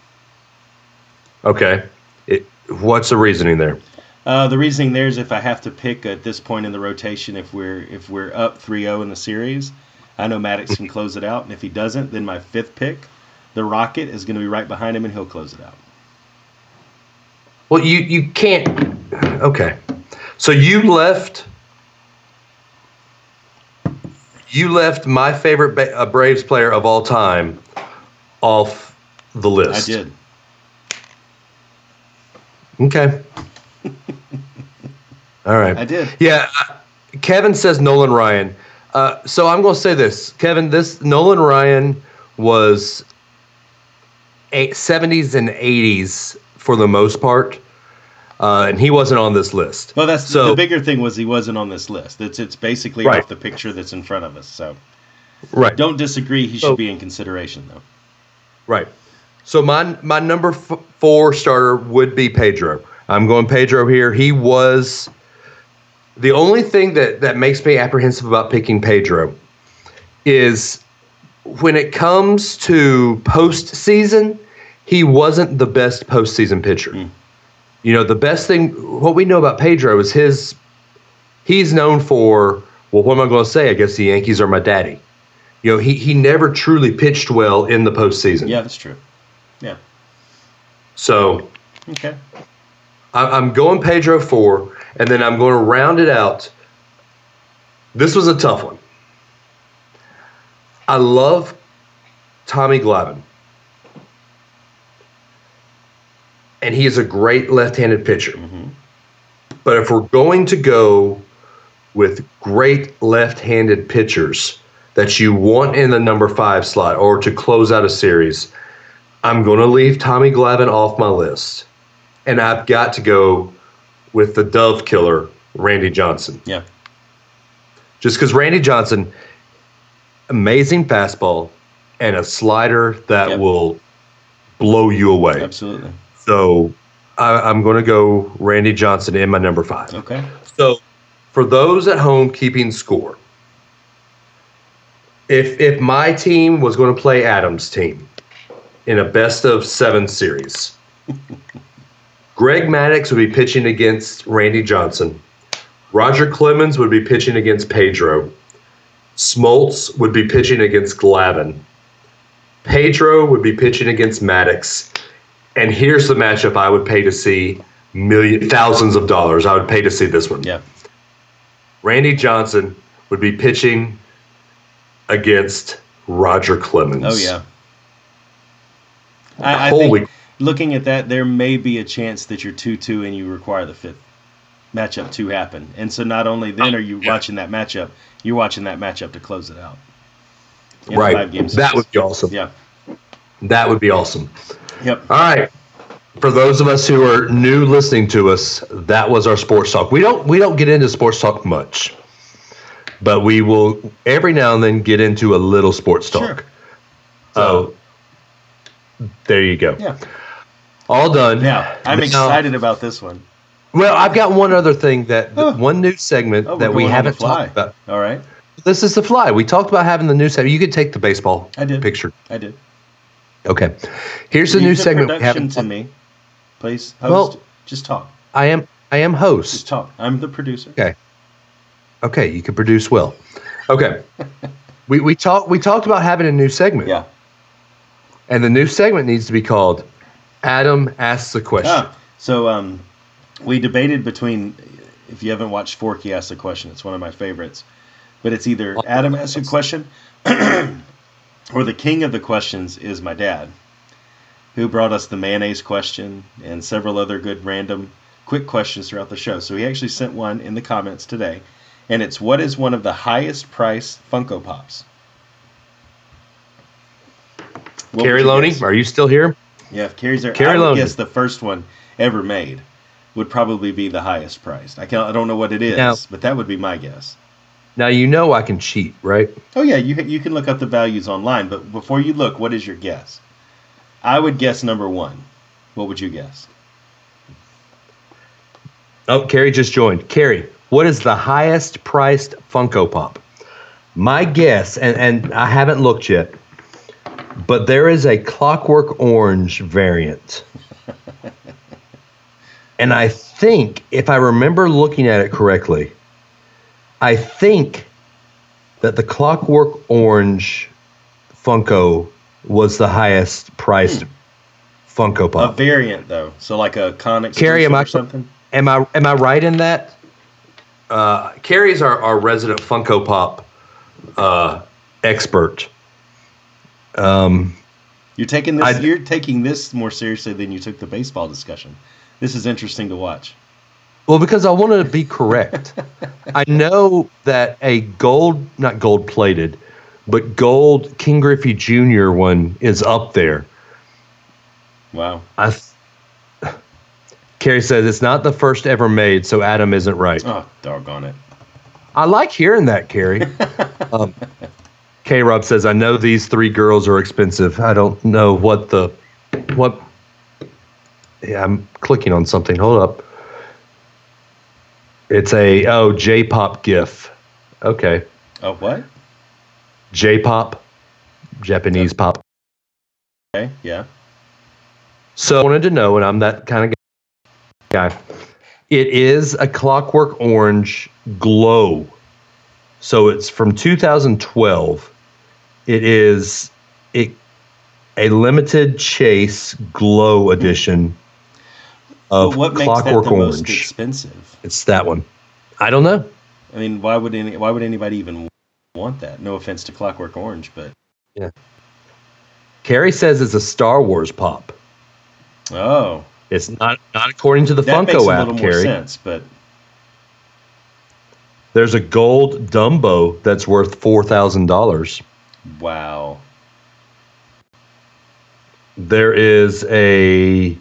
Speaker 2: Okay. It, what's the reasoning there?
Speaker 3: Uh, the reasoning there is if I have to pick at this point in the rotation, if we're if we're up 3-0 in the series, I know Maddox can close it out, and if he doesn't, then my fifth pick, the Rocket, is going to be right behind him, and he'll close it out.
Speaker 2: Well, you you can't. Okay, so you left. You left my favorite ba- uh, Braves player of all time off the
Speaker 3: I
Speaker 2: list.
Speaker 3: did. [LAUGHS]
Speaker 2: Okay. all right.
Speaker 3: I did.
Speaker 2: Yeah, I- Kevin says Nolan Ryan. Uh, so I'm going to say this, Kevin. This Nolan Ryan was eight, 70s and 80s for the most part, uh, and he wasn't on this list.
Speaker 3: Well, that's
Speaker 2: So-
Speaker 3: the bigger thing was he wasn't on this list. It's it's basically
Speaker 2: Right.
Speaker 3: off the picture that's in front of us. So
Speaker 2: Right,
Speaker 3: don't disagree. He should
Speaker 2: So-
Speaker 3: be in consideration though.
Speaker 2: right. So my my number f- four starter would be Pedro. I'm going Pedro here. He was the only thing that that makes me apprehensive about picking Pedro is when it comes to postseason, he wasn't the best postseason pitcher. You know, the best thing what we know about Pedro is his he's known for well, what am I gonna say? I guess the Yankees are my daddy. You know, he he never truly pitched well in the postseason.
Speaker 3: Yeah, that's true. Yeah.
Speaker 2: So
Speaker 3: Okay.
Speaker 2: I- I'm going Pedro four, and then I'm going to round it out. This was a tough one. I love Tommy Glavine, and he is a great left-handed pitcher.
Speaker 3: Mhm.
Speaker 2: But if we're going to go with great left-handed pitchers, that you want in the number five slot or to close out a series, I'm going to leave Tommy Glavin off my list. And I've got to go with the dove killer, Randy Johnson.
Speaker 3: Yeah.
Speaker 2: Just because Randy Johnson, amazing fastball and a slider that
Speaker 3: Yep.
Speaker 2: will blow you away.
Speaker 3: Absolutely.
Speaker 2: So I, I'm going to go Randy Johnson in my number five.
Speaker 3: Okay.
Speaker 2: So, for those at home keeping score, if if my team was going to play Adam's team in a best of seven
Speaker 3: [LAUGHS]
Speaker 2: series, Greg Maddox would be pitching against Randy Johnson. Roger Clemens would be pitching against Pedro. Smoltz would be pitching against Glavin. Pedro would be pitching against Maddox. And here's the matchup I would pay to see million thousands of dollars. I would pay to see this one.
Speaker 3: Yeah.
Speaker 2: Randy Johnson would be pitching against Roger Clemens.
Speaker 3: Oh yeah. I, I
Speaker 2: Holy
Speaker 3: think looking at that, there may be a chance that you're two two and you require the fifth matchup to happen. And so not only then are you
Speaker 2: Yeah.
Speaker 3: watching that matchup, you're watching that matchup to close it out. In a
Speaker 2: right.
Speaker 3: five-game
Speaker 2: That
Speaker 3: series.
Speaker 2: would be awesome.
Speaker 3: Yeah.
Speaker 2: That would be awesome.
Speaker 3: Yep.
Speaker 2: All right. For those of us who are new listening to us, that was our sports talk. We don't we don't get into sports talk much, but we will every now and then get into a little sports
Speaker 3: Sure.
Speaker 2: talk. So there you go.
Speaker 3: Yeah.
Speaker 2: All done.
Speaker 3: Now I'm
Speaker 2: Now-
Speaker 3: excited about this one.
Speaker 2: Well, I've got one other thing that
Speaker 3: Oh.
Speaker 2: one new segment
Speaker 3: Oh, we're
Speaker 2: that we
Speaker 3: going on the
Speaker 2: haven't
Speaker 3: fly.
Speaker 2: talked about.
Speaker 3: All right.
Speaker 2: This is the fly. We talked about having the new segment. You could take the baseball
Speaker 3: I did.
Speaker 2: picture.
Speaker 3: I did.
Speaker 2: Okay. Here's the
Speaker 3: Leave
Speaker 2: new segment we
Speaker 3: Production
Speaker 2: haven't.
Speaker 3: to me, please. Host,
Speaker 2: Well-
Speaker 3: just talk.
Speaker 2: I am I am
Speaker 3: Just
Speaker 2: host.
Speaker 3: talk. I'm the producer.
Speaker 2: Okay. Okay, you could produce well.
Speaker 3: [LAUGHS]
Speaker 2: Okay. we we talked we talked about having a new segment.
Speaker 3: Yeah.
Speaker 2: And the new segment needs to be called Adam asks a question.
Speaker 3: Ah, so um, we debated between. If you haven't watched Forky Ask a Question, it's one of my favorites. But it's either Adam asks a question, [CLEARS THROAT] or the king of the questions is my dad, who brought us the mayonnaise question and several other good random quick questions throughout the show. So he actually sent one in the comments today, and it's what is one of the highest price Funko Pops? What would
Speaker 2: Carrie
Speaker 3: you
Speaker 2: Loney,
Speaker 3: guess?
Speaker 2: are you still here?
Speaker 3: Yeah, if Carrie's there,
Speaker 2: Carrie
Speaker 3: I would
Speaker 2: Logan.
Speaker 3: guess the first one ever made would probably be the highest priced. I can I don't know what it is,
Speaker 2: No.
Speaker 3: but that would be my guess.
Speaker 2: Now you know I can cheat, right?
Speaker 3: Oh yeah, you you can look up the values online, but before you look, what is your guess? I would guess number one. What would you guess?
Speaker 2: Oh, Carrie just joined. Carrie, what is the highest priced Funko Pop? My guess, and, and I haven't looked yet, but there is a Clockwork Orange variant. and I think, if I remember looking at it correctly, I think that the Clockwork Orange Funko was the highest priced Funko
Speaker 3: A
Speaker 2: Pop.
Speaker 3: variant though, so like a conic
Speaker 2: Carrie, am
Speaker 3: or
Speaker 2: I-
Speaker 3: something.
Speaker 2: Am I am I right in that? Uh, Carrie's our, our resident Funko Pop uh, expert. Um,
Speaker 3: You're taking this.
Speaker 2: I'd-
Speaker 3: you're taking this more seriously than you took the baseball discussion. This is interesting to watch.
Speaker 2: well, because I want to be correct. I know that a gold, not gold plated, but gold King Griffey Jr. one is up there.
Speaker 3: Wow.
Speaker 2: I th- Carrie says it's not the first ever made, so Adam isn't right.
Speaker 3: Oh, doggone it.
Speaker 2: I like hearing that, Carrie. um, K. Rob says, "I know these three girls are expensive. I don't know what the what." Yeah, I'm clicking on something. Hold up. It's a oh J-pop GIF. Okay,
Speaker 3: Oh what?
Speaker 2: J-pop, Japanese pop.
Speaker 3: Okay. Yeah.
Speaker 2: So I wanted to know, and I'm that kind of guy. It is a Clockwork Orange glow. So it's from 2012. It is it a limited chase glow edition of
Speaker 3: but what makes that
Speaker 2: Clockwork
Speaker 3: the
Speaker 2: Orange.
Speaker 3: most expensive?
Speaker 2: it's that one. I don't know.
Speaker 3: I mean, why would any? Why would anybody even want that? No offense to Clockwork Orange, but
Speaker 2: Carrie says it's a Star Wars pop.
Speaker 3: oh,
Speaker 2: It's not not according to the
Speaker 3: that
Speaker 2: Funko
Speaker 3: makes a
Speaker 2: app,
Speaker 3: little more
Speaker 2: Carrie.
Speaker 3: sense. But
Speaker 2: There's a gold Dumbo that's worth four thousand dollars.
Speaker 3: Wow.
Speaker 2: There is a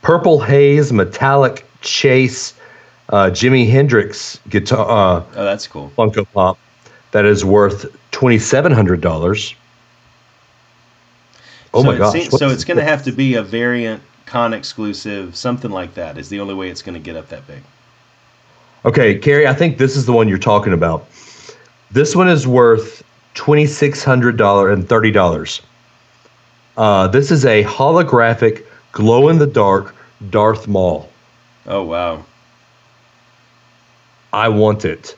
Speaker 2: purple haze metallic chase uh, Jimi Hendrix guitar uh,
Speaker 3: Oh, that's cool.
Speaker 2: Funko Pop that is worth twenty seven hundred dollars. Oh
Speaker 3: so
Speaker 2: my
Speaker 3: it
Speaker 2: gosh!
Speaker 3: seems-
Speaker 2: what
Speaker 3: so
Speaker 2: is
Speaker 3: it's going to
Speaker 2: this?
Speaker 3: have to be a variant con exclusive, something like that is the only way it's going to get up that big.
Speaker 2: Okay, Carrie, I think this is the one you're talking about. This one is worth twenty six hundred dollar and thirty dollars. Uh, this is a holographic, glow in the dark Darth Maul.
Speaker 3: Oh wow. [LAUGHS]
Speaker 2: I want it.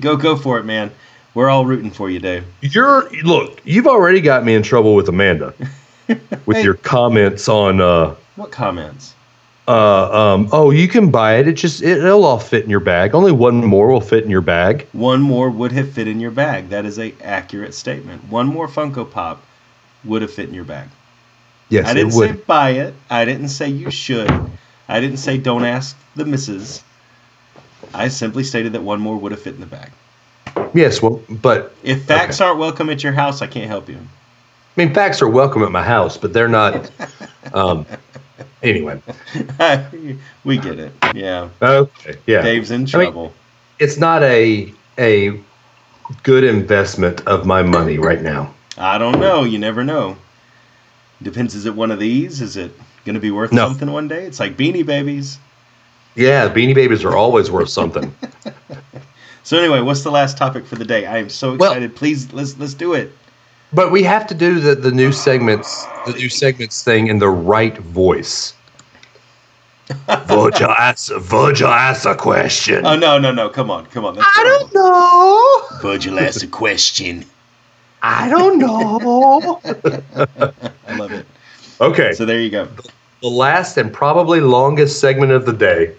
Speaker 3: go go for it, man. We're all rooting for you, Dave.
Speaker 2: You're look. You've already got me in trouble with [LAUGHS] Amanda with your comments on. Uh,
Speaker 3: What comments?
Speaker 2: uh, um, oh, you can buy it. It just it, it'll all fit in your bag. Only one more will fit in your bag.
Speaker 3: One more would have fit in your bag. That is a accurate statement. One more Funko Pop would have fit in your bag.
Speaker 2: Yes,
Speaker 3: I didn't
Speaker 2: it would.
Speaker 3: say buy it. I didn't say you should. I didn't say don't ask the missus. I simply stated that one more would have fit in the bag.
Speaker 2: yes, well, but
Speaker 3: If facts aren't welcome at your house, I can't help you. [LAUGHS]
Speaker 2: I mean, facts are welcome at my house, but they're [LAUGHS] not. Um, anyway,
Speaker 3: we get it. Yeah.
Speaker 2: okay, yeah,
Speaker 3: Dave's in
Speaker 2: I mean-
Speaker 3: trouble.
Speaker 2: it's not a a good investment of my money right now.
Speaker 3: I don't know. You never know. Depends. Is it one of these? Is it going to be worth
Speaker 2: No.
Speaker 3: something one day? It's like Beanie Babies.
Speaker 2: Yeah, Beanie Babies are always worth something.
Speaker 3: So anyway, what's the last topic for the day? I am so
Speaker 2: Well-
Speaker 3: excited. Please let's let's do it.
Speaker 2: but we have to do the the new segments, the new segments thing in the right
Speaker 3: [LAUGHS]
Speaker 2: voice. Would you ask? Would you ask a question?
Speaker 3: Oh no no no! Come on come on. That's
Speaker 2: I don't know.
Speaker 3: Bud, you asked a question.
Speaker 2: I don't know.
Speaker 3: I love it.
Speaker 2: [LAUGHS] okay,
Speaker 3: So there you go. [LAUGHS]
Speaker 2: the last and probably longest segment of the day.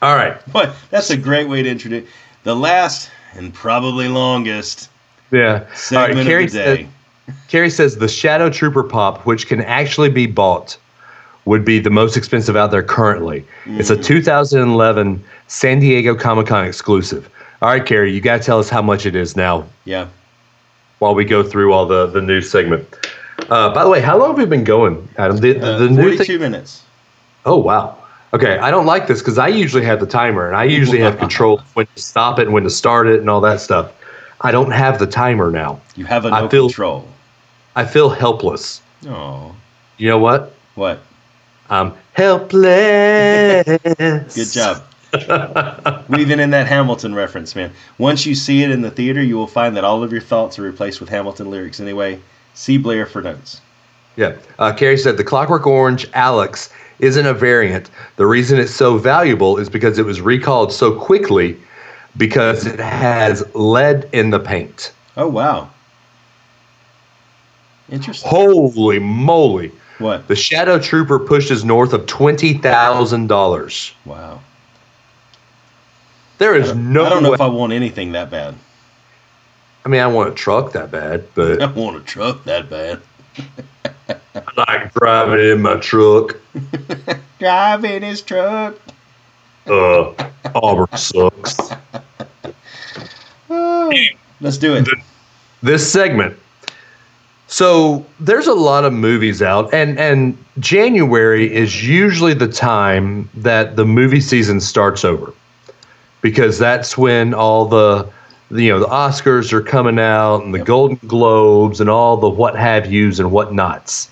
Speaker 2: All right.
Speaker 3: But that's a great way to introduce the last and probably longest
Speaker 2: Yeah.
Speaker 3: segment
Speaker 2: All right. Carrie
Speaker 3: of the day.
Speaker 2: said- Carrie says the Shadow Trooper pop, which can actually be bought, would be the most expensive out there currently. It's a 2011 San Diego Comic Con exclusive. All right, Carrie, you got to tell us how much it is now
Speaker 3: yeah.
Speaker 2: while we go through all the, the news segment. Uh, by the way, how long have we been going, Adam? The, the,
Speaker 3: Uh,
Speaker 2: the new
Speaker 3: Forty-two
Speaker 2: thing.
Speaker 3: minutes.
Speaker 2: Oh, wow. Okay, I don't like this because I usually have the timer and I usually have control of when to stop it and when to start it and all that stuff. I don't have the timer now.
Speaker 3: You have a
Speaker 2: I
Speaker 3: no
Speaker 2: feel-
Speaker 3: control.
Speaker 2: I feel helpless.
Speaker 3: Oh,
Speaker 2: You know what?
Speaker 3: what?
Speaker 2: I'm helpless. [LAUGHS]
Speaker 3: Good job. Weaving in that Hamilton reference, man. Once you see it in the theater, you will find that all of your thoughts are replaced with Hamilton lyrics. Anyway, see Blair for notes.
Speaker 2: Yeah. Uh, Carrie said the Clockwork Orange Alex isn't a variant. The reason it's so valuable is because it was recalled so quickly because it has lead in the paint.
Speaker 3: Oh wow, interesting.
Speaker 2: Holy moly.
Speaker 3: What?
Speaker 2: The Shadow Trooper pushes north of $20,000.
Speaker 3: Wow.
Speaker 2: There is no
Speaker 3: I don't know
Speaker 2: way.
Speaker 3: if I want anything that bad. [LAUGHS]
Speaker 2: I mean, I want a truck that bad,
Speaker 3: I
Speaker 2: but
Speaker 3: don't want a truck that bad.
Speaker 2: I like driving it in my truck.
Speaker 3: Driving his truck.
Speaker 2: Uh, Auburn sucks.
Speaker 3: Oh. Let's do it.
Speaker 2: this segment. So there's a lot of movies out, and and January is usually the time that the movie season starts over, because that's when all the, the, you know the Oscars are coming out and the
Speaker 3: Yep.
Speaker 2: Golden Globes and all the what have yous and whatnots.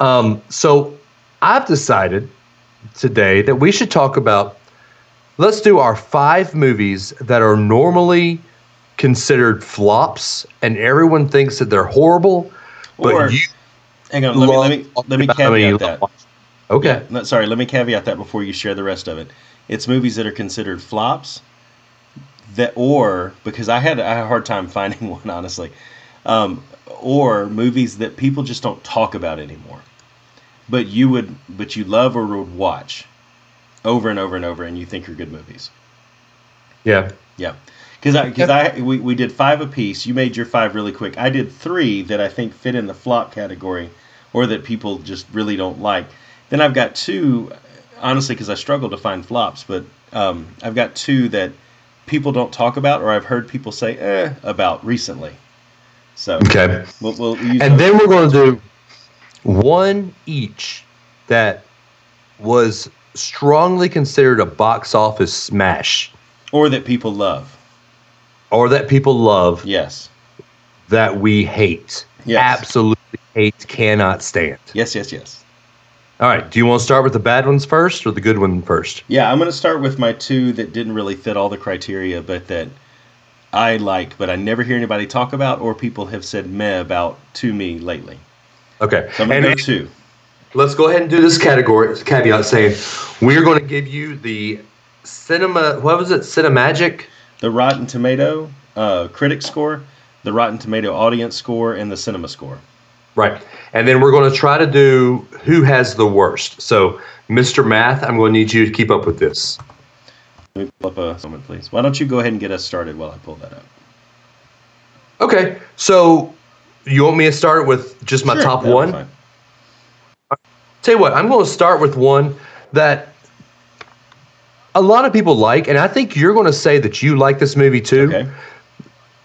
Speaker 2: Um, so I've decided today that we should talk about. Let's do our five movies that are normally considered flops and everyone thinks that they're horrible. But
Speaker 3: Or-
Speaker 2: you
Speaker 3: Hang on. Let me let me
Speaker 2: love-
Speaker 3: let me
Speaker 2: I
Speaker 3: caveat
Speaker 2: mean, you
Speaker 3: that.
Speaker 2: love- Okay.
Speaker 3: No, sorry, let me caveat that before you share the rest of it. It's movies that are considered flops that or because I had, I had a hard time finding [LAUGHS] one honestly. Um, or movies that people just don't talk about anymore. But you would but you love or would watch over and over and over and you think are good movies.
Speaker 2: Yeah.
Speaker 3: Yeah. Cuz I cuz I we, we did 5 apiece. You made your 5 really quick. I did 3 that I think fit in the flop category or that people just really don't like. Then I've got two honestly because I struggle to find flops, but um, I've got two that people don't talk about or I've heard people say eh about recently. So
Speaker 2: Okay.
Speaker 3: we'll, we'll use
Speaker 2: And
Speaker 3: those.
Speaker 2: then we're going to do one each that was strongly considered a box office smash
Speaker 3: or that people love.
Speaker 2: or that people love
Speaker 3: Yes,
Speaker 2: that we hate.
Speaker 3: Yes.
Speaker 2: Absolutely hate, cannot stand.
Speaker 3: yes, yes, yes.
Speaker 2: All right. Do you want to start with the bad ones first or the good one first?
Speaker 3: Yeah, I'm going to start with my two that didn't really fit all the criteria, but that I like, but I never hear anybody talk about, or people have said meh about to me lately.
Speaker 2: Okay.
Speaker 3: So I'm going
Speaker 2: And
Speaker 3: to go two.
Speaker 2: let's go ahead and do this category caveat saying we're going to give you the cinema, what was it? Cinemagic?
Speaker 3: The Rotten Tomato uh, critic score, the Rotten Tomato audience score, and the cinema score.
Speaker 2: Right. And then we're going to try to do who has the worst. So, Mr. Math, I'm going to need you to keep up with this.
Speaker 3: Let me pull up a moment, please. Why don't you go ahead and get us started while I pull that up?
Speaker 2: Okay. So, you want me to start with just my
Speaker 3: Sure,
Speaker 2: top
Speaker 3: that'll
Speaker 2: one?
Speaker 3: be fine.
Speaker 2: Tell you what, I'm going to start with one that a lot of people like. And I think you're going to say that you like this movie too.
Speaker 3: Okay.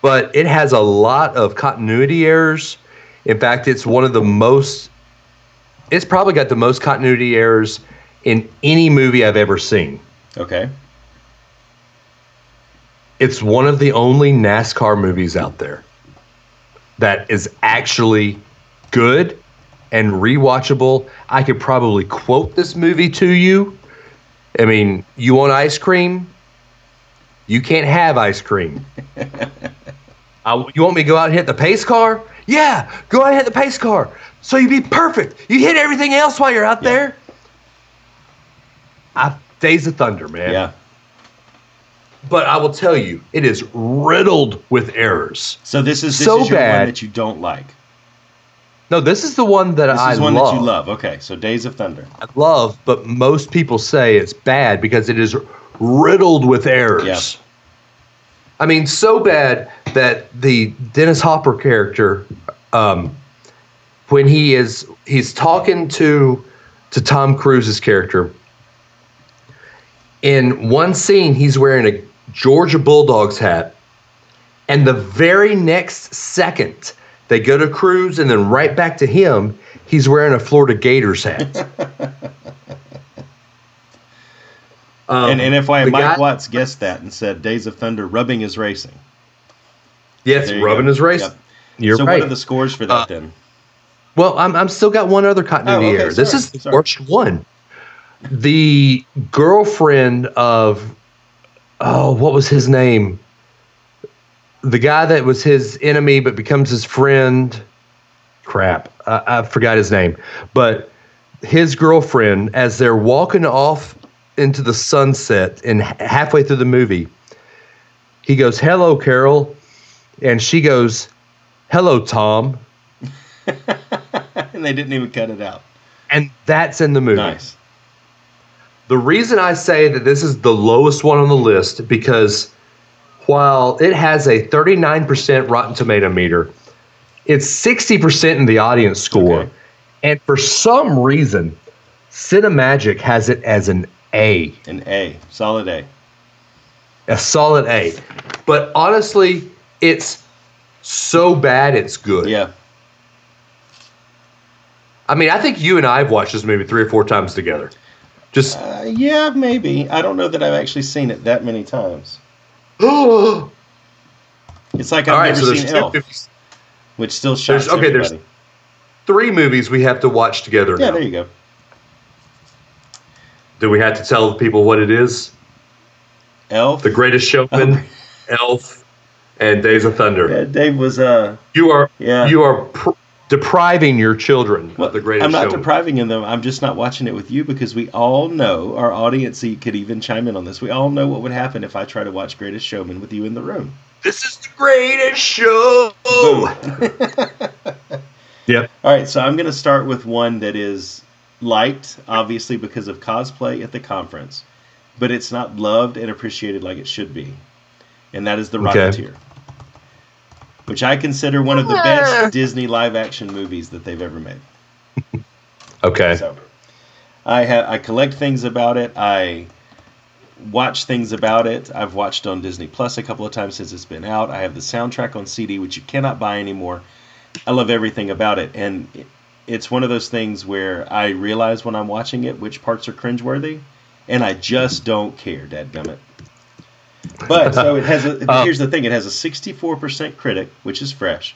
Speaker 2: but it has a lot of continuity errors. In fact, it's one of the most, it's probably got the most continuity errors in any movie I've ever seen.
Speaker 3: Okay.
Speaker 2: It's one of the only NASCAR movies out there that is actually good and rewatchable. I could probably quote this movie to you. I mean, you want ice cream? You can't have ice
Speaker 3: [LAUGHS]
Speaker 2: cream. I, you want me to go out and hit the pace car? Yeah, go out and hit the pace car. So you'd be perfect. You hit everything else while you're out
Speaker 3: Yeah.
Speaker 2: there. I, Days of Thunder, man
Speaker 3: Yeah.
Speaker 2: but I will tell you, it is riddled with errors.
Speaker 3: So this is this
Speaker 2: So
Speaker 3: is your
Speaker 2: bad.
Speaker 3: one that you don't like.
Speaker 2: No, this is the one that
Speaker 3: This
Speaker 2: I
Speaker 3: is one
Speaker 2: love.
Speaker 3: that you love. Okay. So Days of Thunder.
Speaker 2: I love, but most people say it's bad because it is riddled with errors.
Speaker 3: Yeah.
Speaker 2: I mean, so bad that the Dennis Hopper character, um, when he is he's talking to to Tom Cruise's character, in one scene he's wearing a Georgia Bulldogs hat, and the very next second they go to Cruise and then right back to him, he's wearing a Florida Gators hat. Um,
Speaker 3: [LAUGHS] and and if I
Speaker 2: the
Speaker 3: Mike
Speaker 2: guy-
Speaker 3: Watts guessed that and said Days of Thunder rubbing is racing.
Speaker 2: Yes,
Speaker 3: There you
Speaker 2: rubbing
Speaker 3: go.
Speaker 2: his race.
Speaker 3: Yep.
Speaker 2: You're
Speaker 3: so
Speaker 2: right.
Speaker 3: what are the scores for that
Speaker 2: Uh,
Speaker 3: then? [LAUGHS]
Speaker 2: well, I'm I'm still got one other continuity
Speaker 3: Oh, okay,
Speaker 2: error. This
Speaker 3: sorry,
Speaker 2: is the
Speaker 3: sorry.
Speaker 2: worst one. The girlfriend of oh, what was his name? The guy that was his enemy but becomes his friend. Crap, I, I forgot his name. But his girlfriend, as they're walking off into the sunset and h- halfway through the movie, he goes, "Hello, Carol," and she goes, "Hello, Tom."
Speaker 3: and they didn't even cut it out.
Speaker 2: and that's in the movie.
Speaker 3: Nice.
Speaker 2: The reason I say that this is the lowest one on the list because while it has a 39% Rotten Tomato meter, it's 60% in the audience score.
Speaker 3: Okay.
Speaker 2: And for some reason, Cinemagic has it as an A,
Speaker 3: An A. Solid A.
Speaker 2: a solid A. But honestly, it's so bad it's good.
Speaker 3: Yeah.
Speaker 2: I mean, I think you and I have watched this movie three or four times together. Just [GASPS]
Speaker 3: Uh, yeah, maybe. I don't know that I've actually seen it that many times.
Speaker 2: [GASPS]
Speaker 3: It's like I've
Speaker 2: All right,
Speaker 3: never
Speaker 2: so there's
Speaker 3: seen
Speaker 2: two
Speaker 3: Elf,
Speaker 2: movies-
Speaker 3: which still shocks
Speaker 2: okay, there's-
Speaker 3: everybody.
Speaker 2: three movies we have to watch together
Speaker 3: Yeah,
Speaker 2: now.
Speaker 3: there you go.
Speaker 2: Do we have to tell people what it is?
Speaker 3: Elf. uh,
Speaker 2: The Greatest Showman, [LAUGHS] Elf, and Days of Thunder.
Speaker 3: Um, Yeah, Dave was uh
Speaker 2: You are
Speaker 3: yeah.
Speaker 2: you are pr- depriving your children
Speaker 3: Well,
Speaker 2: of the Greatest
Speaker 3: I'm not
Speaker 2: Showman.
Speaker 3: depriving of them. I'm just not watching it with you because we all know our audience you could even chime in on this. We all know what would happen if I try to watch Greatest Showman with you in the room.
Speaker 2: this is the Greatest Show. yep.
Speaker 3: All right, so I'm going to start with one that is liked, obviously, because of cosplay at the conference, but it's not loved and appreciated like it should be. And that is The
Speaker 2: Okay.
Speaker 3: Rocketeer, which I consider one of the
Speaker 2: Yeah.
Speaker 3: best Disney live action movies that they've ever made.
Speaker 2: Okay.
Speaker 3: So, I have I collect things about it. I watch things about it. I've watched on Disney Plus a couple of times since it's been out. I have the soundtrack on CD, which you cannot buy anymore. I love everything about it, and it- it's one of those things where I realize when I'm watching it which parts are cringeworthy, and I just don't care. Dadgummit. But so it has. A,
Speaker 2: Um,
Speaker 3: here's the thing: it has a 64% critic, which is fresh,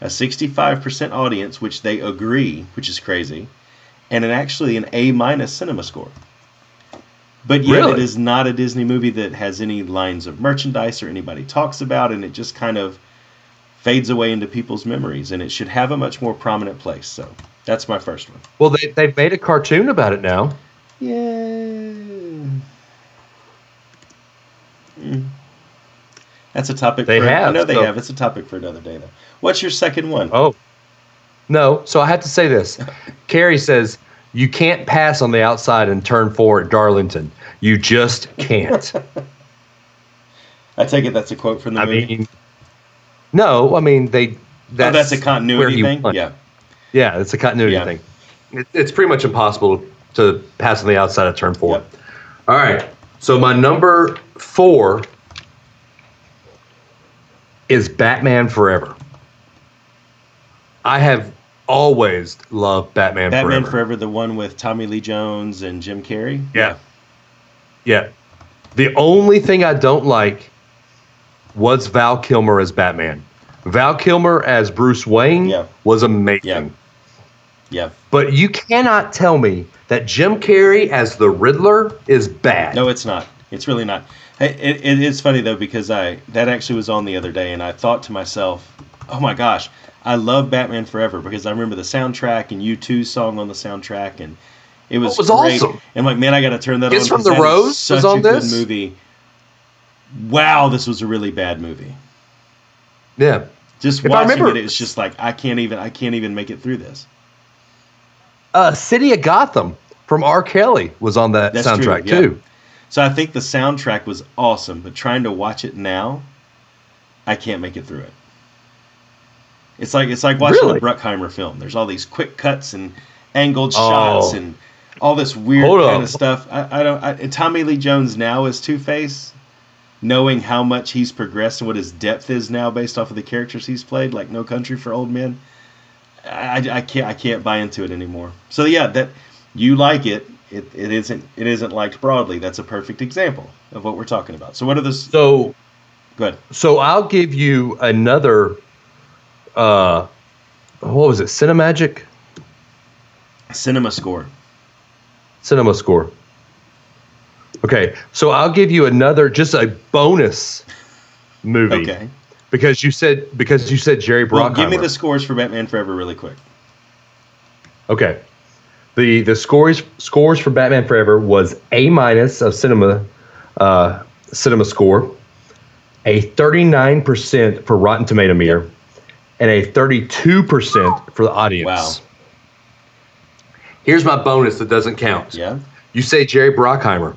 Speaker 3: a 65% audience, which they agree, which is crazy, and an actually an A minus cinema score. But yet, it
Speaker 2: Really?
Speaker 3: is not a Disney movie that has any lines of merchandise or anybody talks about, and it just kind of fades away into people's memories, and it should have a much more prominent place. So that's my first one.
Speaker 2: Well, they, they've made a cartoon about it now.
Speaker 3: Yeah. Mm. That's a topic.
Speaker 2: They
Speaker 3: for, I
Speaker 2: have,
Speaker 3: know they
Speaker 2: so-
Speaker 3: have. It's a topic for another day, though. What's your second one?
Speaker 2: Oh, no. So I had to say
Speaker 3: [LAUGHS]
Speaker 2: this. Carrie says, You can't pass on the outside and turn four at Darlington. You just
Speaker 3: [LAUGHS]
Speaker 2: can't.
Speaker 3: I take it that's a quote from the
Speaker 2: I
Speaker 3: movie.
Speaker 2: mean, no, I mean, they.
Speaker 3: oh,
Speaker 2: That's,
Speaker 3: that's a
Speaker 2: where
Speaker 3: continuity
Speaker 2: you
Speaker 3: thing.
Speaker 2: want it.
Speaker 3: Yeah.
Speaker 2: Yeah, it's a continuity
Speaker 3: Yeah.
Speaker 2: thing. It, it's pretty much impossible to pass on the outside of turn four.
Speaker 3: Yep.
Speaker 2: All right. So my number four is Batman Forever. I have always loved Batman,
Speaker 3: Batman
Speaker 2: Forever.
Speaker 3: Forever. the one with Tommy Lee Jones and Jim Carrey.
Speaker 2: Yeah. Yeah. The only thing I don't like was Val Kilmer as Batman. Val Kilmer as Bruce Wayne
Speaker 3: Yeah.
Speaker 2: was amazing.
Speaker 3: Yeah. Yeah.
Speaker 2: But you cannot tell me that Jim Carrey as the Riddler is bad.
Speaker 3: No, it's not. It's really not. Hey, It, it is funny though because I that actually was on the other day, and I thought to myself, "Oh my gosh, I love Batman Forever" because I remember the soundtrack and U 2s song on the soundtrack, and it was,
Speaker 2: It was
Speaker 3: great.
Speaker 2: awesome.
Speaker 3: And I'm like, man, I got to turn that
Speaker 2: Kiss
Speaker 3: on.
Speaker 2: from
Speaker 3: 'cause
Speaker 2: the
Speaker 3: that is
Speaker 2: Rose was
Speaker 3: such
Speaker 2: on
Speaker 3: a good
Speaker 2: this?
Speaker 3: movie. Wow, this was a really bad movie.
Speaker 2: Yeah.
Speaker 3: Just
Speaker 2: If I
Speaker 3: watching
Speaker 2: remember-
Speaker 3: it, it's just like I can't even I can't even make it through this.
Speaker 2: Uh, City of Gotham from R. Kelly was on that
Speaker 3: That's
Speaker 2: soundtrack
Speaker 3: true, yeah.
Speaker 2: too.
Speaker 3: So I think the soundtrack was awesome, but trying to watch it now, I can't make it through it. It's like it's like watching
Speaker 2: Really?
Speaker 3: a Bruckheimer film. There's all these quick cuts and angled
Speaker 2: Oh.
Speaker 3: shots and all this weird
Speaker 2: Hold
Speaker 3: kind
Speaker 2: up.
Speaker 3: of stuff. I, I don't. I, and Tommy Lee Jones now is Two Face, knowing how much he's progressed and what his depth is now based off of the characters he's played, like No Country for Old Men. I, I- I can't I can't buy into it anymore. So yeah, that you like it, it, it isn't it isn't liked broadly. That's a perfect example of what we're talking about. So what are those?
Speaker 2: So
Speaker 3: Go ahead.
Speaker 2: so I'll give you another uh what was it? Cinemagic?
Speaker 3: Cinema score.
Speaker 2: Cinema score. Okay. So I'll give you another just a bonus movie.
Speaker 3: Okay.
Speaker 2: Because you said because you said Jerry Bruckheimer.
Speaker 3: Well, give me the scores for Batman Forever really quick.
Speaker 2: Okay. The the scores scores for Batman Forever was A minus of cinema uh, cinema score, a thirty nine percent for Rotten Tomato meter, and a thirty two percent for the audience.
Speaker 3: Wow.
Speaker 2: Here's my bonus that doesn't count.
Speaker 3: Yeah.
Speaker 2: You say Jerry Brockheimer.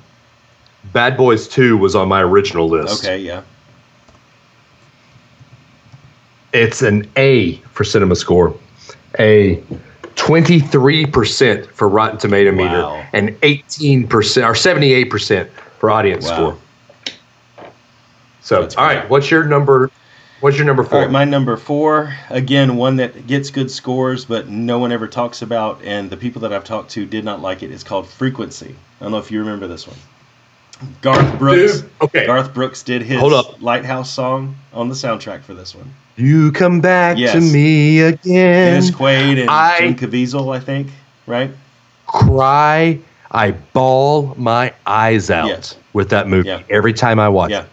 Speaker 2: Bad Boys Two was on my original list.
Speaker 3: Okay. Yeah.
Speaker 2: It's an A for cinema score, a 23% for Rotten Tomato meter,
Speaker 3: Wow.
Speaker 2: and 18% or 78% for audience
Speaker 3: Wow.
Speaker 2: score. So,
Speaker 3: That's
Speaker 2: all right,
Speaker 3: great.
Speaker 2: what's your number? What's your number
Speaker 3: All
Speaker 2: four?
Speaker 3: right, my number four, again, one that gets good scores, but no one ever talks about, and the people that I've talked to did not like it. It's called Frequency. I don't know if you remember this one. Garth Brooks.
Speaker 2: Dude, okay.
Speaker 3: Garth Brooks did his
Speaker 2: Hold up.
Speaker 3: Lighthouse song on the soundtrack for this one.
Speaker 2: you come back to
Speaker 3: Yes.
Speaker 2: me again.
Speaker 3: Dennis Quaid and
Speaker 2: I-
Speaker 3: Jim Caviezel, I think, right?
Speaker 2: Cry, I ball my eyes out
Speaker 3: Yes.
Speaker 2: with that movie
Speaker 3: Yeah.
Speaker 2: every time I watch
Speaker 3: Yeah.
Speaker 2: it.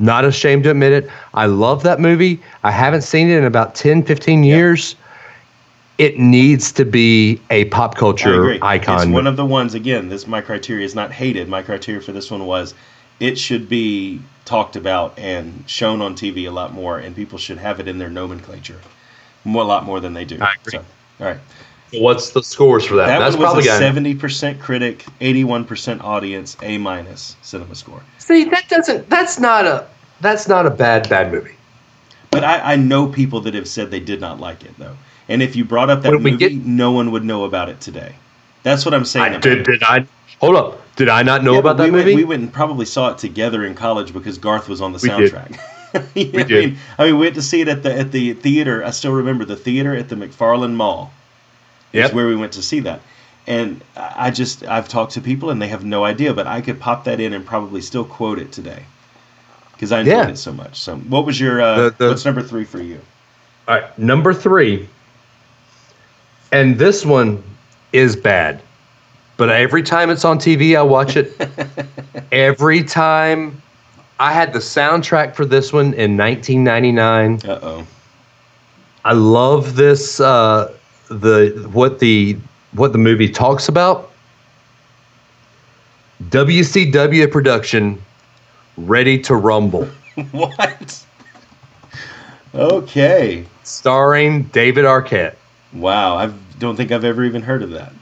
Speaker 2: Not ashamed to admit it. I love that movie. I haven't seen it in about 10, 15 years. It needs to be a pop
Speaker 3: I
Speaker 2: culture
Speaker 3: agree.
Speaker 2: icon.
Speaker 3: It's one of the ones again. This my criteria is not hated. My criteria for this one was it should be talked about and shown on TV a lot more, and people should have it in their nomenclature more, a lot more than they do.
Speaker 2: I agree.
Speaker 3: So, all right,
Speaker 2: What's the scores for that?
Speaker 3: that
Speaker 2: That's
Speaker 3: one
Speaker 2: probably
Speaker 3: was a
Speaker 2: got
Speaker 3: seventy percent critic, eighty-one percent audience, A minus cinema score.
Speaker 2: See, that doesn't. That's not a. That's not a bad bad movie.
Speaker 3: But I, I know people that have said they did not like it though, and if you brought up that
Speaker 2: What if we
Speaker 3: movie,
Speaker 2: get-
Speaker 3: no one would know about it today. That's what I'm saying.
Speaker 2: I
Speaker 3: about
Speaker 2: did.
Speaker 3: it.
Speaker 2: Did I? Hold up. Did I not know
Speaker 3: Yeah,
Speaker 2: about
Speaker 3: but
Speaker 2: that
Speaker 3: we
Speaker 2: movie?
Speaker 3: Went, we went and probably saw it together in college because Garth was on the
Speaker 2: We did.
Speaker 3: soundtrack. [LAUGHS] You know what
Speaker 2: did.
Speaker 3: I mean, I mean, we went to see it at the at the theater. I still remember the theater at the McFarland Mall.
Speaker 2: Yep.
Speaker 3: Is where we went to see that. And I I just I've talked to people and they have no idea, but I could pop that in and probably still quote it today because I enjoyed
Speaker 2: Yeah.
Speaker 3: it so much. So, what was your uh,
Speaker 2: The- the-
Speaker 3: what's number three for you?
Speaker 2: All right, number three, and this one is bad, but every time it's on TV, I watch it. every time I had the soundtrack for this one in 1999.
Speaker 3: Uh oh.
Speaker 2: I love this uh, the what the what the movie talks about. WCW production, ready to rumble,
Speaker 3: [LAUGHS] What? Okay.
Speaker 2: starring David Arquette.
Speaker 3: Wow. I don't think I've ever even heard of that.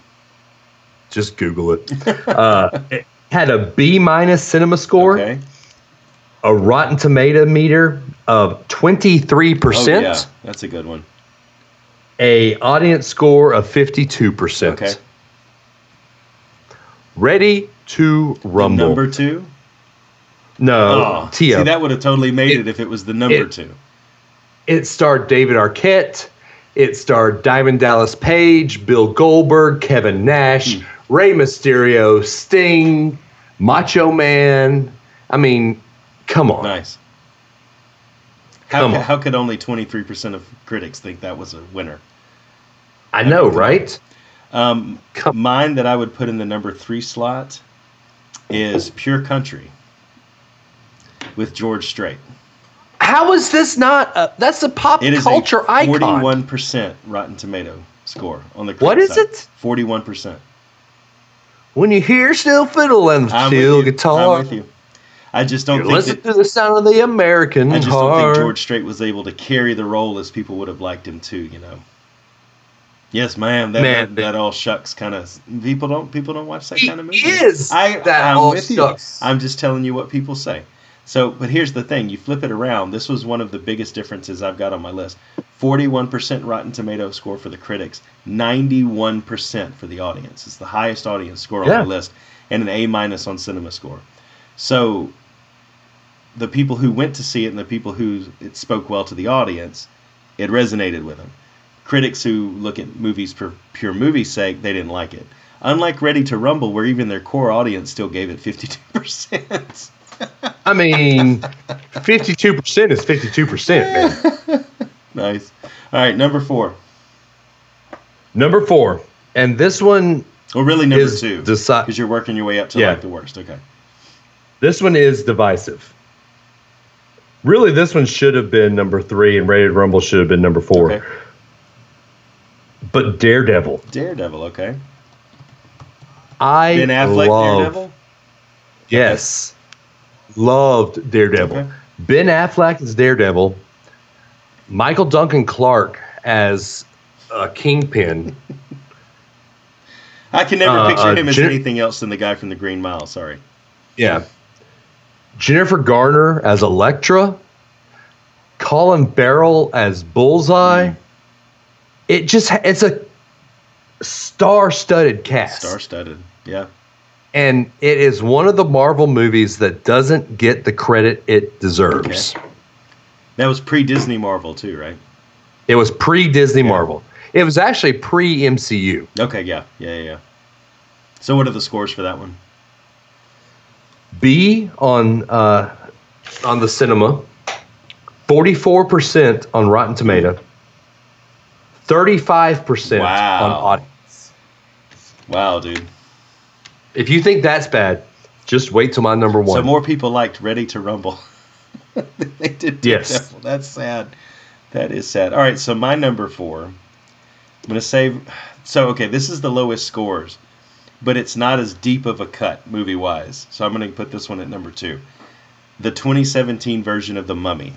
Speaker 2: Just Google it. [LAUGHS] Uh, it had a B minus cinema score,
Speaker 3: Okay.
Speaker 2: a Rotten Tomato meter of twenty three
Speaker 3: Oh, yeah.
Speaker 2: percent,
Speaker 3: That's a good one.
Speaker 2: a audience score of fifty two percent.
Speaker 3: Okay.
Speaker 2: Ready to rumble.
Speaker 3: Number two. Oh.
Speaker 2: no,
Speaker 3: see,
Speaker 2: Tia.
Speaker 3: that would have totally made it,
Speaker 2: It-
Speaker 3: if it was the number
Speaker 2: it-
Speaker 3: two.
Speaker 2: It starred David Arquette. It starred Diamond Dallas Page, Bill Goldberg, Kevin
Speaker 3: Hmm.
Speaker 2: Nash, Rey Mysterio, Sting, Macho Man. I mean, come on.
Speaker 3: Nice. How,
Speaker 2: Come
Speaker 3: ca-
Speaker 2: on.
Speaker 3: how could only 23% of critics think that was a winner?
Speaker 2: I know, right?
Speaker 3: Um,
Speaker 2: Come-
Speaker 3: mine that I would put in the number three slot is Pure Country with George Strait.
Speaker 2: How is this not? A, that's a pop
Speaker 3: It is
Speaker 2: culture
Speaker 3: a
Speaker 2: icon.
Speaker 3: 41% Rotten Tomato score on the
Speaker 2: What
Speaker 3: critic
Speaker 2: is it?
Speaker 3: side. 41%.
Speaker 2: When you hear steel fiddle and
Speaker 3: I'm
Speaker 2: steel
Speaker 3: with you.
Speaker 2: guitar,
Speaker 3: I'm with you. I just don't
Speaker 2: you
Speaker 3: think
Speaker 2: listen
Speaker 3: that,
Speaker 2: to the sound of the American
Speaker 3: I just
Speaker 2: heart.
Speaker 3: don't think George Strait was able to carry the role as people would have liked him to, you know. Yes, ma'am. That
Speaker 2: Man,
Speaker 3: that, that all shucks kind of people don't people don't watch that
Speaker 2: He
Speaker 3: kind of movie.
Speaker 2: is
Speaker 3: I,
Speaker 2: that
Speaker 3: I'm
Speaker 2: all
Speaker 3: with you.
Speaker 2: shucks.
Speaker 3: I'm just telling you what people say. So, but here's the thing: you flip it around. This was one of the biggest differences I've got on my list. Forty-one percent Rotten Tomato score for the critics, ninety-one percent for the audience. It's the highest audience score
Speaker 2: Yeah.
Speaker 3: on my list, and an A minus on Cinema Score. So, the people who went to see it and the people who it spoke well to the audience, it resonated with them. Critics who look at movies for pure movie's sake, they didn't like it. Unlike Ready to Rumble, where even their core audience still gave it [LAUGHS] 52%.
Speaker 2: I mean,
Speaker 3: [LAUGHS]
Speaker 2: fifty-two percent is fifty-two percent, man.
Speaker 3: nice. All right, number four.
Speaker 2: Number four, and this one,
Speaker 3: Well, really, number
Speaker 2: Is
Speaker 3: two. Because
Speaker 2: deci-
Speaker 3: you're working your way up to
Speaker 2: Yeah.
Speaker 3: like the worst. Okay.
Speaker 2: this one is divisive. Really, this one should have been number three, and Rated Rumble should have been number four.
Speaker 3: Okay.
Speaker 2: But Daredevil,
Speaker 3: Daredevil, okay.
Speaker 2: I
Speaker 3: Ben Affleck,
Speaker 2: love,
Speaker 3: Daredevil?
Speaker 2: yes, loved Daredevil.
Speaker 3: Okay.
Speaker 2: Ben Affleck as Daredevil, Michael Duncan Clark as uh, Kingpin.
Speaker 3: I can never
Speaker 2: Uh,
Speaker 3: picture
Speaker 2: uh,
Speaker 3: him as
Speaker 2: Jen-
Speaker 3: anything else than the guy from the Green Mile. Sorry.
Speaker 2: Yeah. Jennifer Garner as Electra. Colin Farrell as Bullseye. It just it's a star-studded cast.
Speaker 3: Star studded. Yeah.
Speaker 2: and it is one of the Marvel movies that doesn't get the credit it deserves.
Speaker 3: That was pre Disney Marvel, too, right?
Speaker 2: It was pre-Disney Marvel. It was actually pre-MCU.
Speaker 3: Okay, yeah. Yeah, yeah, yeah. So, what are the scores for that one?
Speaker 2: B on uh, on the cinema, forty four percent on Rotten Tomato, thirty five percent
Speaker 3: Wow.
Speaker 2: on audience.
Speaker 3: Wow, dude.
Speaker 2: If you think that's bad, just wait till my number one.
Speaker 3: So more people liked Ready to Rumble [LAUGHS] than they did
Speaker 2: Yes.
Speaker 3: Daredevil. That's sad. That is sad. All right, so my number four, I'm going to save. So, okay, this is the lowest scores, but it's not as deep of a cut movie wise. So I'm going to put this one at number two. The 2017 version of The Mummy.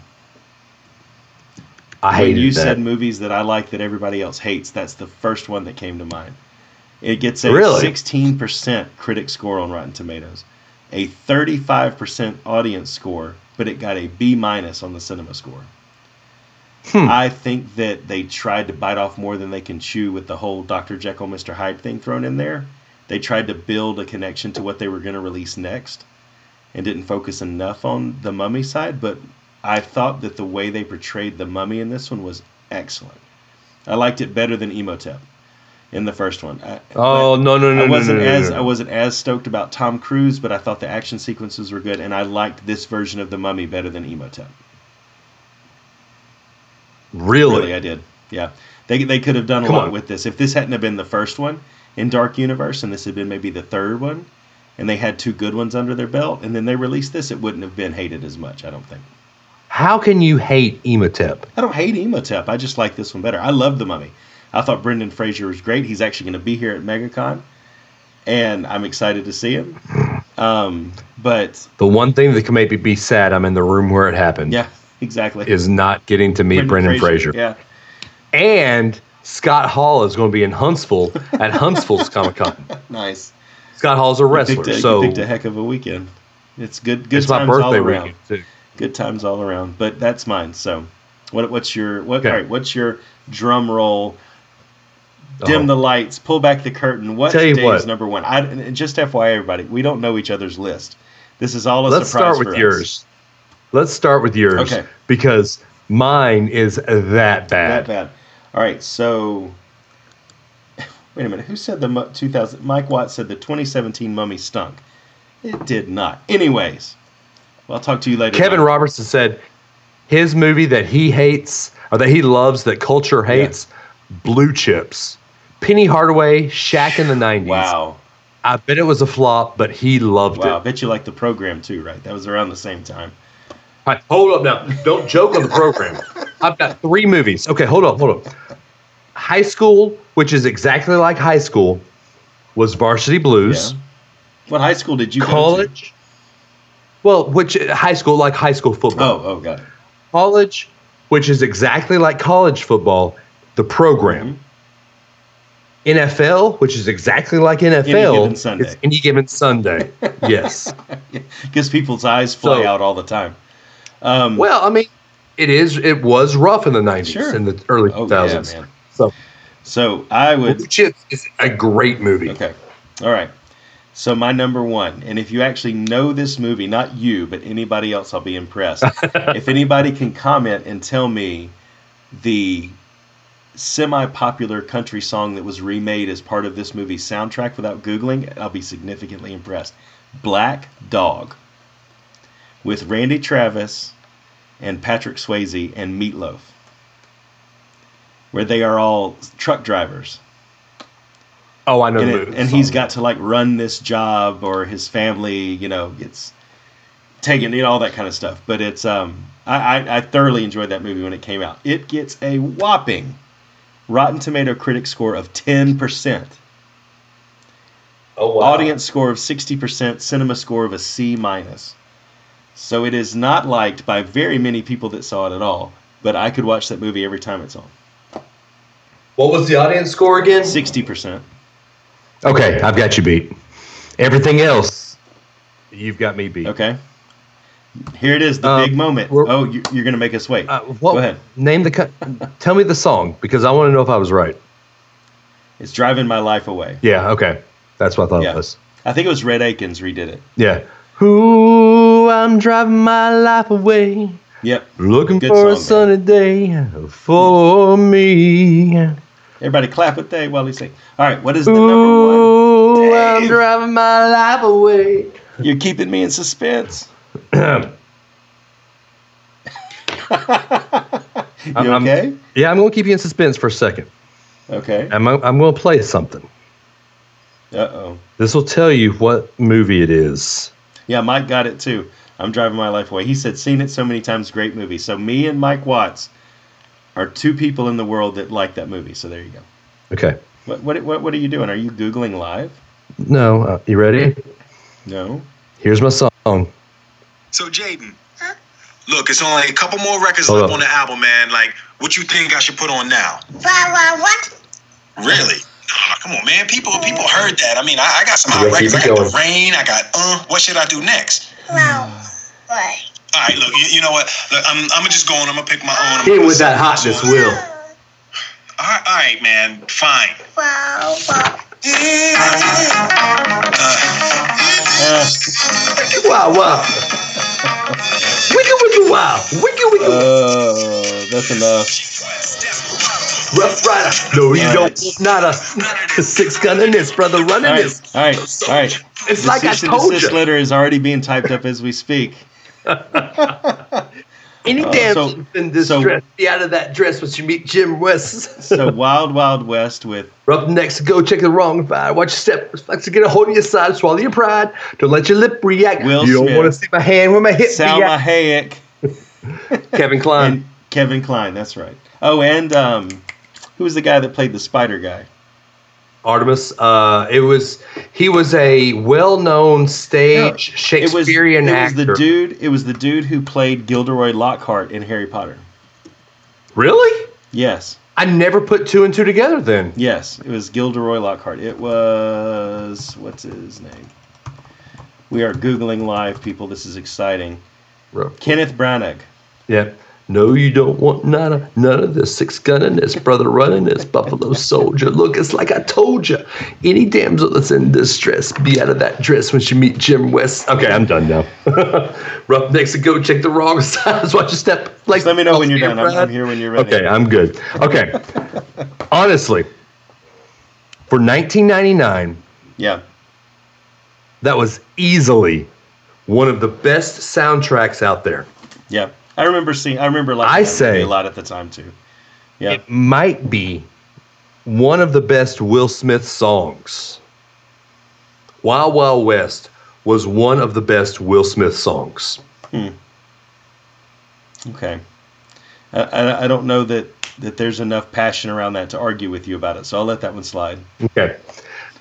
Speaker 2: I
Speaker 3: When
Speaker 2: hated
Speaker 3: you
Speaker 2: that.
Speaker 3: said movies that I like that everybody else hates, that's the first one that came to mind. It gets a
Speaker 2: Really?
Speaker 3: 16% critic score on Rotten Tomatoes, a 35% audience score, but it got a B minus on the cinema score.
Speaker 2: Hmm.
Speaker 3: I think that they tried to bite off more than they can chew with the whole Dr. Jekyll, Mr. Hyde thing thrown in there, they tried to build a connection to what they were going to release next and didn't focus enough on the mummy side. But I thought that the way they portrayed the mummy in this one was excellent. I liked it better than Emotep in the first one. I,
Speaker 2: Oh no no no
Speaker 3: I
Speaker 2: no,
Speaker 3: wasn't
Speaker 2: no, no, no,
Speaker 3: as
Speaker 2: no.
Speaker 3: I wasn't as stoked about Tom Cruise, but I thought the action sequences were good, and I liked this version of the Mummy better than Emotep.
Speaker 2: really.
Speaker 3: Really, I did. Yeah, they they could have done a
Speaker 2: Come
Speaker 3: lot
Speaker 2: on.
Speaker 3: with this if this hadn't have been the first one in Dark Universe, and this had been maybe the third one, and they had two good ones under their belt, and then they released this, it wouldn't have been hated as much. I don't think.
Speaker 2: How can you hate Emotep?
Speaker 3: I don't hate Emotep. I just like this one better. I love the Mummy. I thought Brendan Fraser was great. He's actually going to be here at MegaCon, and I'm excited to see him. Um, but
Speaker 2: The one thing that can make me be sad I'm in the room where it happened
Speaker 3: yeah, exactly.
Speaker 2: is not getting to meet Brendan Fraser.
Speaker 3: Yeah,
Speaker 2: And Scott Hall is going to be in Huntsville at Huntsville's Comic Con.
Speaker 3: [LAUGHS] nice.
Speaker 2: Scott Hall's a wrestler,
Speaker 3: Picked a,
Speaker 2: so
Speaker 3: you picked a heck of a weekend. It's good. Good
Speaker 2: it's my
Speaker 3: times all
Speaker 2: birthday
Speaker 3: around.
Speaker 2: weekend. Too.
Speaker 3: Good times all around. But that's mine. So, what what's your what?
Speaker 2: Okay.
Speaker 3: All right, what's your drum roll? Dim the lights, pull back the curtain. What's
Speaker 2: Uh-huh. Tell you
Speaker 3: Dave's
Speaker 2: what.
Speaker 3: number one? I, and just FYI, everybody, we don't know each other's list. This is all a
Speaker 2: Let's
Speaker 3: surprise
Speaker 2: start
Speaker 3: for
Speaker 2: with
Speaker 3: us.
Speaker 2: yours. Let's start with yours
Speaker 3: Okay.
Speaker 2: because mine is that bad.
Speaker 3: That bad. All right, so [LAUGHS] wait a minute. Who said the mu- 2000? Mike Watt said the 2017 Mummy stunk. It did not. Anyways, well, I'll talk to you later.
Speaker 2: Kevin
Speaker 3: Mike.
Speaker 2: Robertson said his movie that he hates or that he loves that culture hates, Blue Chips. Penny Hardaway, Shaq in the 90s.
Speaker 3: Wow,
Speaker 2: I bet it was a flop, but he loved
Speaker 3: wow. I
Speaker 2: it.
Speaker 3: bet you like the program too, right? That was around the same time.
Speaker 2: All right, hold up now. Don't joke on the
Speaker 3: [LAUGHS]
Speaker 2: program. I've got three movies. Okay, hold up, hold up. High School, which is exactly like High School, was Varsity Blues.
Speaker 3: Yeah. What high school did you Go to?
Speaker 2: College, well, which high school, like high school football.
Speaker 3: Oh, oh, got it.
Speaker 2: College, which is exactly like college football, the program.
Speaker 3: Mm-hmm.
Speaker 2: NFL, which is exactly like NFL,
Speaker 3: Given Sunday.
Speaker 2: it's any given
Speaker 3: [LAUGHS]
Speaker 2: Sunday. yes.
Speaker 3: Because people's eyes fly
Speaker 2: So-
Speaker 3: out all the time. Um,
Speaker 2: Well, I mean, it is. It was rough in the nineties
Speaker 3: Sure.
Speaker 2: and the early
Speaker 3: oh
Speaker 2: two thousands.
Speaker 3: yeah, man.
Speaker 2: So
Speaker 3: So I would.
Speaker 2: Blue Chips is a great movie.
Speaker 3: Okay. All right. So my number one, and if you actually know this movie, not you, but anybody else, I'll be impressed. if anybody can comment and tell me the semi-popular country song that was remade as part of this movie's soundtrack without googling, I'll be significantly impressed. Black Dog with Randy Travis and Patrick Swayze and Meatloaf, where they are all truck drivers
Speaker 2: Oh, I know
Speaker 3: and,
Speaker 2: the
Speaker 3: it,
Speaker 2: movie.
Speaker 3: and he's got to like run this job or his family you know gets taken you know all that kind of stuff but it's um I, I i thoroughly enjoyed that movie when it came out it gets a whopping rotten tomato critic score of 10%
Speaker 2: oh, wow.
Speaker 3: audience score of 60% cinema score of a c minus so it is not liked by very many people that saw it at all but i could watch that movie every time it's on
Speaker 2: What was the audience score again?
Speaker 3: 60%
Speaker 2: Okay, I've got you beat. Everything else, you've got me beat.
Speaker 3: okay here it is the
Speaker 2: Um,
Speaker 3: big moment
Speaker 2: we're-
Speaker 3: oh you, you're gonna make us wait
Speaker 2: Uh, what,
Speaker 3: Go ahead.
Speaker 2: Name the. Co- tell me the song because I want to know if I was right.
Speaker 3: It's driving my life away.
Speaker 2: Yeah. Okay. That's what I thought
Speaker 3: Yeah.
Speaker 2: it was.
Speaker 3: I think it was Red Akins redid it.
Speaker 2: Yeah. Ooh, I'm driving my life away,
Speaker 3: Yep.
Speaker 2: looking
Speaker 3: Good
Speaker 2: for a
Speaker 3: song,
Speaker 2: sunny day for me.
Speaker 3: Everybody clap at they while he sing. All right, what is the number one?
Speaker 2: Ooh, I'm
Speaker 3: Dave.
Speaker 2: driving my life away.
Speaker 3: You're keeping me in
Speaker 2: [CLEARS THROAT]
Speaker 3: suspense. you
Speaker 2: I'm- I'm-
Speaker 3: okay?
Speaker 2: Yeah, I'm gonna keep you in suspense for a second.
Speaker 3: Okay.
Speaker 2: I'm I'm gonna play something.
Speaker 3: Uh oh.
Speaker 2: This will tell you what movie it is.
Speaker 3: Yeah, Mike got it too. I'm driving my life away. He said, seen it so many times, great movie. So me and Mike Watts are two people in the world that like that movie. So there you go.
Speaker 2: Okay.
Speaker 3: What what what, what are you doing? Are you googling live?
Speaker 2: No, uh, you ready?
Speaker 3: No.
Speaker 2: Here's my song.
Speaker 4: So Jaden, look, it's only a couple more records
Speaker 2: Hold
Speaker 4: left
Speaker 2: up.
Speaker 4: on the album, man. Like, what you think I should put on now?
Speaker 5: Why, why, what?
Speaker 4: Really? Nah, come on, man. People, people heard that. I mean, I, I got some
Speaker 2: Yeah,
Speaker 4: hot
Speaker 2: keep
Speaker 4: records.
Speaker 2: it
Speaker 4: I got
Speaker 2: going.
Speaker 4: the rain. I got uh. What should I do next?
Speaker 5: Well, what?
Speaker 4: All right, look, you, you know what? Look, I'm, I'm gonna just go on. I'm gonna pick my own. I'm
Speaker 2: Hit
Speaker 4: gonna
Speaker 2: with
Speaker 4: put
Speaker 2: that
Speaker 4: something
Speaker 2: hotness,
Speaker 4: on.
Speaker 2: Will.
Speaker 4: All right, all right, man. Fine.
Speaker 5: Well, well,
Speaker 4: Uh,
Speaker 3: Uh,
Speaker 2: Wow, wow. Wiggy, wiggy, wow. Wiggy, wiggy.
Speaker 3: Oh, that's enough.
Speaker 2: Rough Rider. No, you
Speaker 3: All
Speaker 2: don't.
Speaker 3: right.
Speaker 2: Not a, not a [LAUGHS] six gun in this, brother. Running
Speaker 3: All
Speaker 2: this.
Speaker 3: right, all right, all right.
Speaker 2: It's
Speaker 3: The
Speaker 2: like I
Speaker 3: cease and
Speaker 2: told
Speaker 3: desist
Speaker 2: you.
Speaker 3: letter is already being typed up as we speak.
Speaker 2: Any
Speaker 3: Uh,
Speaker 2: damn
Speaker 3: so-
Speaker 2: so, in this
Speaker 3: so-
Speaker 2: dress, be out of that dress once you meet Jim West. [LAUGHS]
Speaker 3: [LAUGHS] So Wild Wild West with
Speaker 2: Rub next, go check the wrong vibe. Watch your step. Like to get a hold of your side, swallow your pride. Don't let your lip react.
Speaker 3: Will
Speaker 2: you
Speaker 3: Smith.
Speaker 2: don't want to see my hand where my hip
Speaker 3: Salma [LAUGHS]
Speaker 2: react.
Speaker 3: Hayek
Speaker 2: Kevin
Speaker 3: and
Speaker 2: Klein.
Speaker 3: Kevin Klein. That's right. Oh, and um, who was the guy that played the spider guy?
Speaker 2: Artemis. Uh, it was he was a well-known stage
Speaker 3: It was, it
Speaker 2: Shakespearean
Speaker 3: was
Speaker 2: actor.
Speaker 3: the dude. It was the dude who played Gilderoy Lockhart in Harry Potter.
Speaker 2: Really?
Speaker 3: Yes,
Speaker 2: I never put two and two together. Then
Speaker 3: yes, it was Gilderoy Lockhart. It was what's his name? We are googling live, people. This is exciting.
Speaker 2: Ru-
Speaker 3: Kenneth Branagh.
Speaker 2: Yeah. No, you don't want none of none of this six gun in this brother running this buffalo soldier. Look, it's like I told you. Any damsel that's in distress, be out of that dress when she meet Jim West. Okay, I'm done [LAUGHS] now. Rough next to go check the wrong [LAUGHS] sides. Watch your step. Like
Speaker 3: Just let me know when you're done. I'm,
Speaker 2: Brad.
Speaker 3: I'm here when you're ready.
Speaker 2: Oh, Okay, I'm good.
Speaker 3: [LAUGHS]
Speaker 2: Okay, honestly, for 1999,
Speaker 3: Yeah.
Speaker 2: that was easily one of the best soundtracks out there.
Speaker 3: Yeah, I remember seeing. I remember liking
Speaker 2: I
Speaker 3: that movie
Speaker 2: say-
Speaker 3: a lot at the time too. Yeah,
Speaker 2: it might be one of the best Will Smith songs. Wild Wild West was one of the best Will Smith songs.
Speaker 3: okay. I, I, I don't know that that there's enough passion around that to argue with you about it, so I'll let that one slide.
Speaker 2: Okay.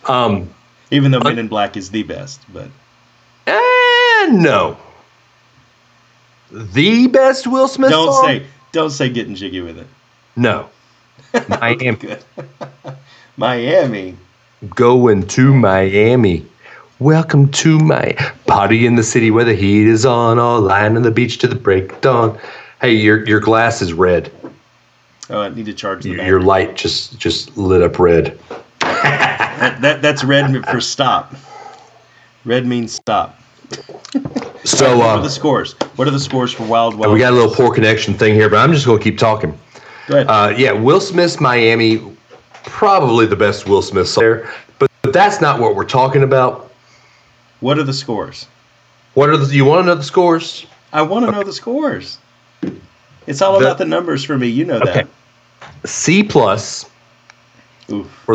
Speaker 2: Um,
Speaker 3: Even though Men in Black is the best, but
Speaker 2: and no. The best Will Smith
Speaker 3: don't
Speaker 2: song?
Speaker 3: say don't say getting jiggy with it.
Speaker 2: No. Miami.
Speaker 3: Good. [LAUGHS] Miami.
Speaker 2: Going to Miami. Welcome to my party in the city where the heat is on, all lying on the beach to the break of dawn. Hey, your your glass is red.
Speaker 3: Oh, I need to charge the
Speaker 2: your,
Speaker 3: battery.
Speaker 2: your light just just lit up red.
Speaker 3: That, that that's red for stop. Red means stop.
Speaker 2: So
Speaker 3: What are the
Speaker 2: uh,
Speaker 3: scores? What are the scores for Wild Wild?
Speaker 2: we got a little poor connection thing here, but I'm just gonna keep talking.
Speaker 3: Go ahead.
Speaker 2: Uh, yeah, Will Smith's Miami, probably the best Will Smith song there, but, but that's not what we're talking about.
Speaker 3: what are the scores?
Speaker 2: What are the? You want to know the scores?
Speaker 3: I want to know the scores. It's all
Speaker 2: The-
Speaker 3: about the numbers for me. You know that.
Speaker 2: C plus
Speaker 3: Oof.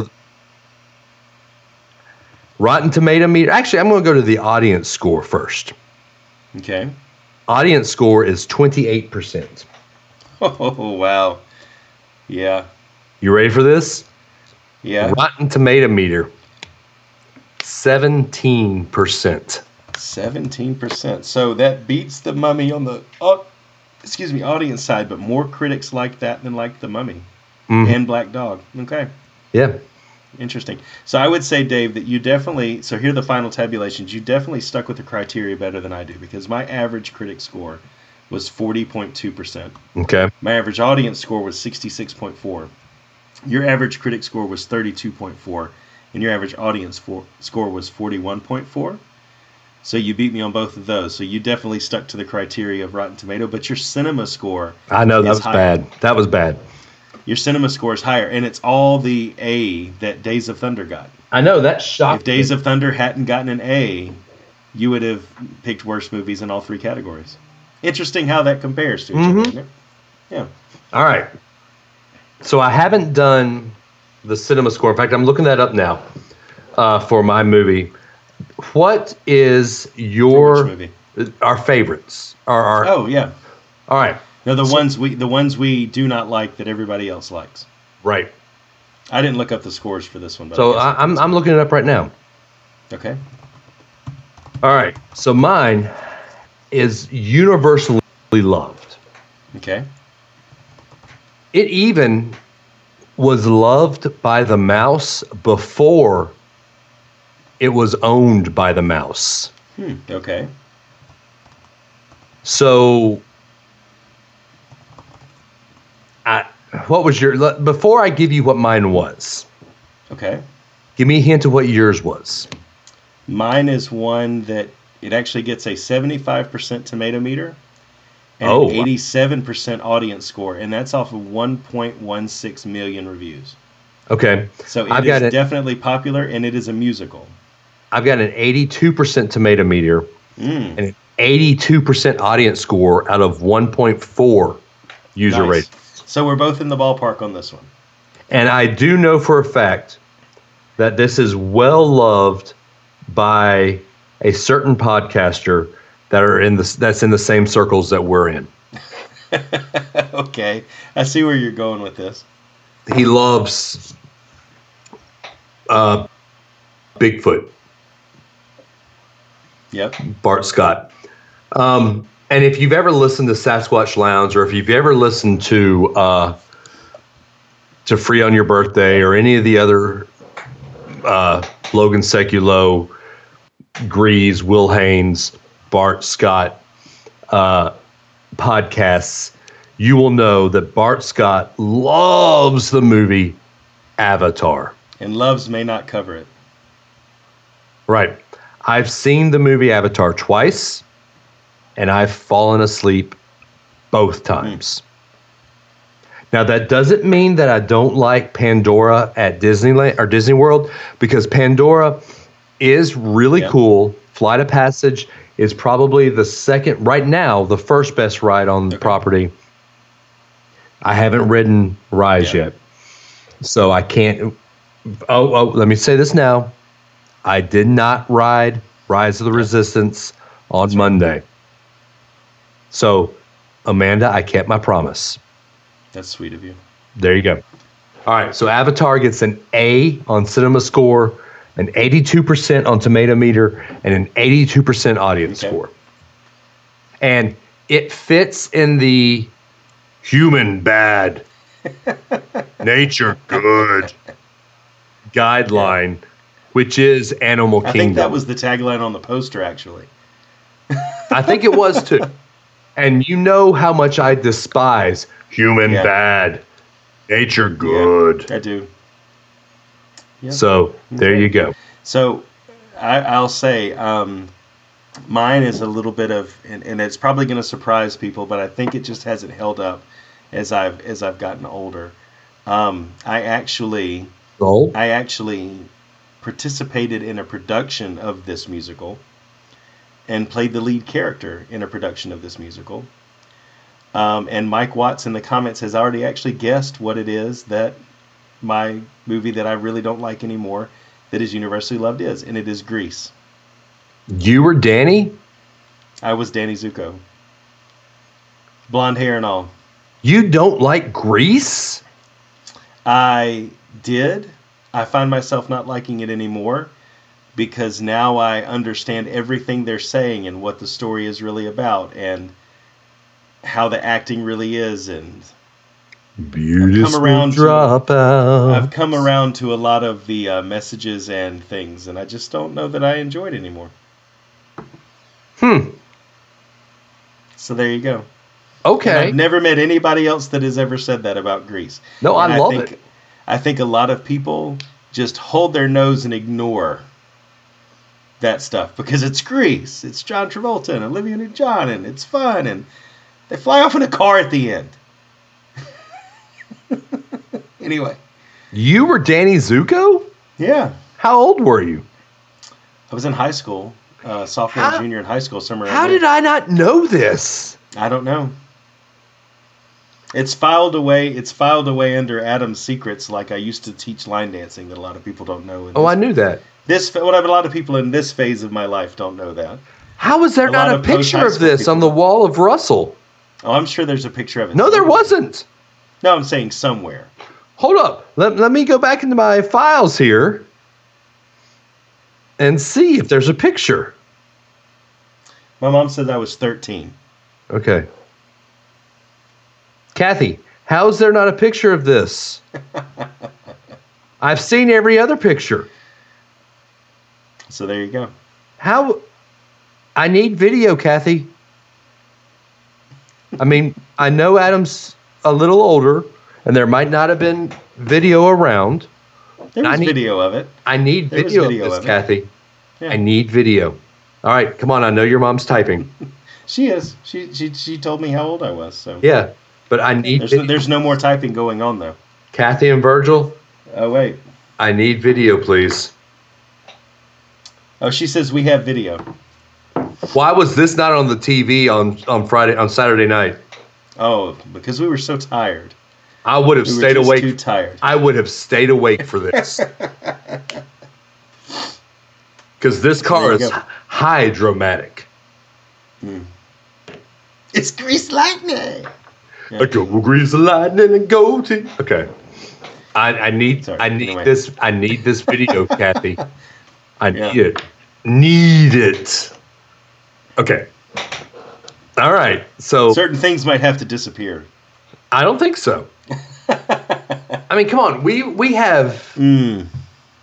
Speaker 2: Rotten Tomato meter. Actually, I'm gonna go to the audience score first.
Speaker 3: Okay. [LAUGHS]
Speaker 2: Audience score is 28 percent.
Speaker 3: Oh wow. Yeah.
Speaker 2: You ready for this?
Speaker 3: Yeah.
Speaker 2: Rotten Tomato meter, 17 percent.
Speaker 3: Seventeen percent. So that beats the mummy on the oh, excuse me audience side, but more critics like that than like the mummy
Speaker 2: Mm-hmm.
Speaker 3: and Black Dog. Okay.
Speaker 2: Yeah.
Speaker 3: Interesting. So I would say, Dave, that you definitely. So here are the final tabulations. You definitely stuck with the criteria better than I do because my average critic score was forty point two percent.
Speaker 2: Okay.
Speaker 3: My average audience score was 66.4. Your average critic score was 32.4. And your average audience for, score was 41.4. So you beat me on both of those. So you definitely stuck to the criteria of Rotten Tomato, but your cinema score,
Speaker 2: I know that
Speaker 3: It's
Speaker 2: was
Speaker 3: high.
Speaker 2: bad. That was bad.
Speaker 3: your cinema score is higher, and it's all the A that Days of Thunder got.
Speaker 2: I know that shocked.
Speaker 3: If Days of Thunder hadn't gotten an A, you would have picked worse movies in all three categories. Interesting how that compares to each other.
Speaker 2: Mhm.
Speaker 3: isn't it? Yeah.
Speaker 2: All right. So I haven't done the cinema score. In fact, I'm looking that up now uh, for my movie. What is
Speaker 3: Which
Speaker 2: your
Speaker 3: movie?
Speaker 2: our favorites? Our, our,
Speaker 3: Oh, yeah.
Speaker 2: All right.
Speaker 3: No, the ones we the ones we do not like that everybody else likes.
Speaker 2: Right.
Speaker 3: I didn't look up the scores for this one, but
Speaker 2: So
Speaker 3: I
Speaker 2: I, I'm, I'm looking it up right now.
Speaker 3: guess- okay.
Speaker 2: All right. So mine is universally loved.
Speaker 3: Okay.
Speaker 2: It even was loved by the mouse before it was owned by the mouse.
Speaker 3: Hmm. Okay.
Speaker 2: So, I, what was your le- before I give you what mine was?
Speaker 3: Okay.
Speaker 2: Give me a hint of what yours was.
Speaker 3: Mine is one that it actually gets a 75% tomato meter and
Speaker 2: Oh.
Speaker 3: an 87% audience score, and that's off of 1.16 million reviews.
Speaker 2: Okay.
Speaker 3: So
Speaker 2: I've
Speaker 3: it
Speaker 2: got it.
Speaker 3: is definitely popular, and it is a musical.
Speaker 2: I've got an 82% tomato meter
Speaker 3: Mm,
Speaker 2: and an 82% audience score out of 1.4 user
Speaker 3: nice.
Speaker 2: rating.
Speaker 3: So we're both in the ballpark on this one. [LAUGHS]
Speaker 2: And I do know for a fact that this is well loved by a certain podcaster that are in the that's in the same circles that we're in.
Speaker 3: okay, I see where you're going with this.
Speaker 2: He loves uh, Bigfoot,
Speaker 3: Yep.
Speaker 2: Bart Scott. Um, and if you've ever listened to Sasquatch Lounge, or if you've ever listened to uh, to Free on Your Birthday, or any of the other uh, Logan Seculo, Grease, Will Haynes, Bart Scott uh, podcasts, you will know that Bart Scott loves the movie Avatar.
Speaker 3: And loves may not cover it.
Speaker 2: Right. I've seen the movie Avatar twice, and I've fallen asleep both
Speaker 3: Hmm.
Speaker 2: times. Now that doesn't mean that I don't like Pandora at Disneyland or Disney World because Pandora is really
Speaker 3: Yeah.
Speaker 2: cool. Flight of Passage is probably the second right now the first best ride on the property. I haven't ridden Rise
Speaker 3: Yeah.
Speaker 2: yet. So I can't oh, oh let me say this now. I did not ride Rise of the Resistance on Monday. So, Amanda, I kept my promise.
Speaker 3: That's sweet of you.
Speaker 2: There you go. All right, so Avatar gets an A on Cinema Score, an 82% on Tomato Meter, and an 82% audience
Speaker 3: Okay.
Speaker 2: score. And it fits in the human
Speaker 3: [LAUGHS]
Speaker 2: bad, nature good guideline, which is Animal
Speaker 3: I
Speaker 2: Kingdom.
Speaker 3: think that was the tagline on the poster, actually.
Speaker 2: I think it was too. And you know how much I despise human
Speaker 3: Yeah.
Speaker 2: bad, nature good.
Speaker 3: I do. Yeah.
Speaker 2: So there you go.
Speaker 3: So I, I'll say um, mine is a little bit of, and, and it's probably going to surprise people, but I think it just hasn't held up as I've as I've gotten older. Um, I actually
Speaker 2: Gold.
Speaker 3: I actually participated in a production of this musical and played the lead character in a production of this musical. Um, and Mike Watts in the comments has already actually guessed what it is that my movie that I really don't like anymore that is universally loved is, and it is Grease.
Speaker 2: You were Danny.
Speaker 3: I was Danny Zuko. Blonde hair and all.
Speaker 2: You don't like Greece?
Speaker 3: I did. I find myself not liking it anymore because now I understand everything they're saying and what the story is really about and how the acting really is and
Speaker 2: Beautiful
Speaker 3: around to-
Speaker 2: dropout.
Speaker 3: I've come around to a lot of the uh, messages and things and I just don't know that I enjoy it anymore.
Speaker 2: Hmm.
Speaker 3: So there you go. And
Speaker 2: Okay.
Speaker 3: I've never met anybody else that has ever said that about Greece.
Speaker 2: No, Oh, I
Speaker 3: And
Speaker 2: love
Speaker 3: think,
Speaker 2: it.
Speaker 3: I think a lot of people just hold their nose and ignore that stuff because it's Greece. It's John Travolta and Olivia Newton John, and it's fun, and they fly off in a car at the end. [LAUGHS] anyway,
Speaker 2: You were Danny Zuko.
Speaker 3: yeah.
Speaker 2: How old were you?
Speaker 3: I was in high school, uh, sophomore, and
Speaker 2: How-
Speaker 3: junior in high school, somewhere
Speaker 2: How did I not know this?
Speaker 3: I don't know. It's filed away. It's filed away under Adam's secrets. Like I used to teach line dancing that a lot of people don't know. in
Speaker 2: Oh,
Speaker 3: this-
Speaker 2: I knew that.
Speaker 3: This what a lot of people in this phase of my life don't know that.
Speaker 2: How is there
Speaker 3: A
Speaker 2: not
Speaker 3: lot
Speaker 2: a
Speaker 3: of post-high
Speaker 2: picture of
Speaker 3: school
Speaker 2: this
Speaker 3: people.
Speaker 2: on the wall of Russell?
Speaker 3: Oh, I'm sure there's a picture of it.
Speaker 2: No, there
Speaker 3: somewhere.
Speaker 2: wasn't.
Speaker 3: No, I'm saying somewhere.
Speaker 2: Hold up. Let, let me go back into my files here and see if there's a picture.
Speaker 3: My mom says I was 13.
Speaker 2: Okay. Kathy, how is there not a picture of this? I've seen every other picture.
Speaker 3: So there you go.
Speaker 2: How? I need video, Kathy. I mean, I know Adam's a little older, and there might not have been video around,
Speaker 3: There
Speaker 2: I
Speaker 3: was
Speaker 2: need-
Speaker 3: video of it.
Speaker 2: I need
Speaker 3: There was
Speaker 2: video,
Speaker 3: video
Speaker 2: of this,
Speaker 3: of it.
Speaker 2: Kathy.
Speaker 3: Yeah.
Speaker 2: I need video. All right, come on. I know your mom's typing.
Speaker 3: She is. She she she told me how old I was. So
Speaker 2: Yeah, but I need
Speaker 3: There's
Speaker 2: video.
Speaker 3: no, there's no more typing going on though.
Speaker 2: Kathy and Virgil.
Speaker 3: Oh wait.
Speaker 2: I need video, please.
Speaker 3: Oh, she says we have video.
Speaker 2: Why was this not on the TV on on Friday on Saturday night?
Speaker 3: Oh, because we were so tired.
Speaker 2: I would have
Speaker 3: We were
Speaker 2: stayed
Speaker 3: just
Speaker 2: awake.
Speaker 3: Too tired.
Speaker 2: I would have stayed awake for
Speaker 3: [LAUGHS]
Speaker 2: this. Because this car
Speaker 3: There you
Speaker 2: is
Speaker 3: go. Hmm.
Speaker 2: high dramatic.
Speaker 5: It's grease lightning.
Speaker 2: I go grease the lightning and go to. Okay. I, I need
Speaker 3: Sorry,
Speaker 2: I need
Speaker 3: anyway.
Speaker 2: this I need this
Speaker 3: [LAUGHS]
Speaker 2: video, Kathy. I
Speaker 3: Yeah.
Speaker 2: need it. Need it. Okay. All right. So
Speaker 3: Certain things might have
Speaker 2: [LAUGHS]
Speaker 3: to disappear.
Speaker 2: I don't think so.
Speaker 3: Hmm.
Speaker 2: I mean, come on. We we have
Speaker 3: Mm.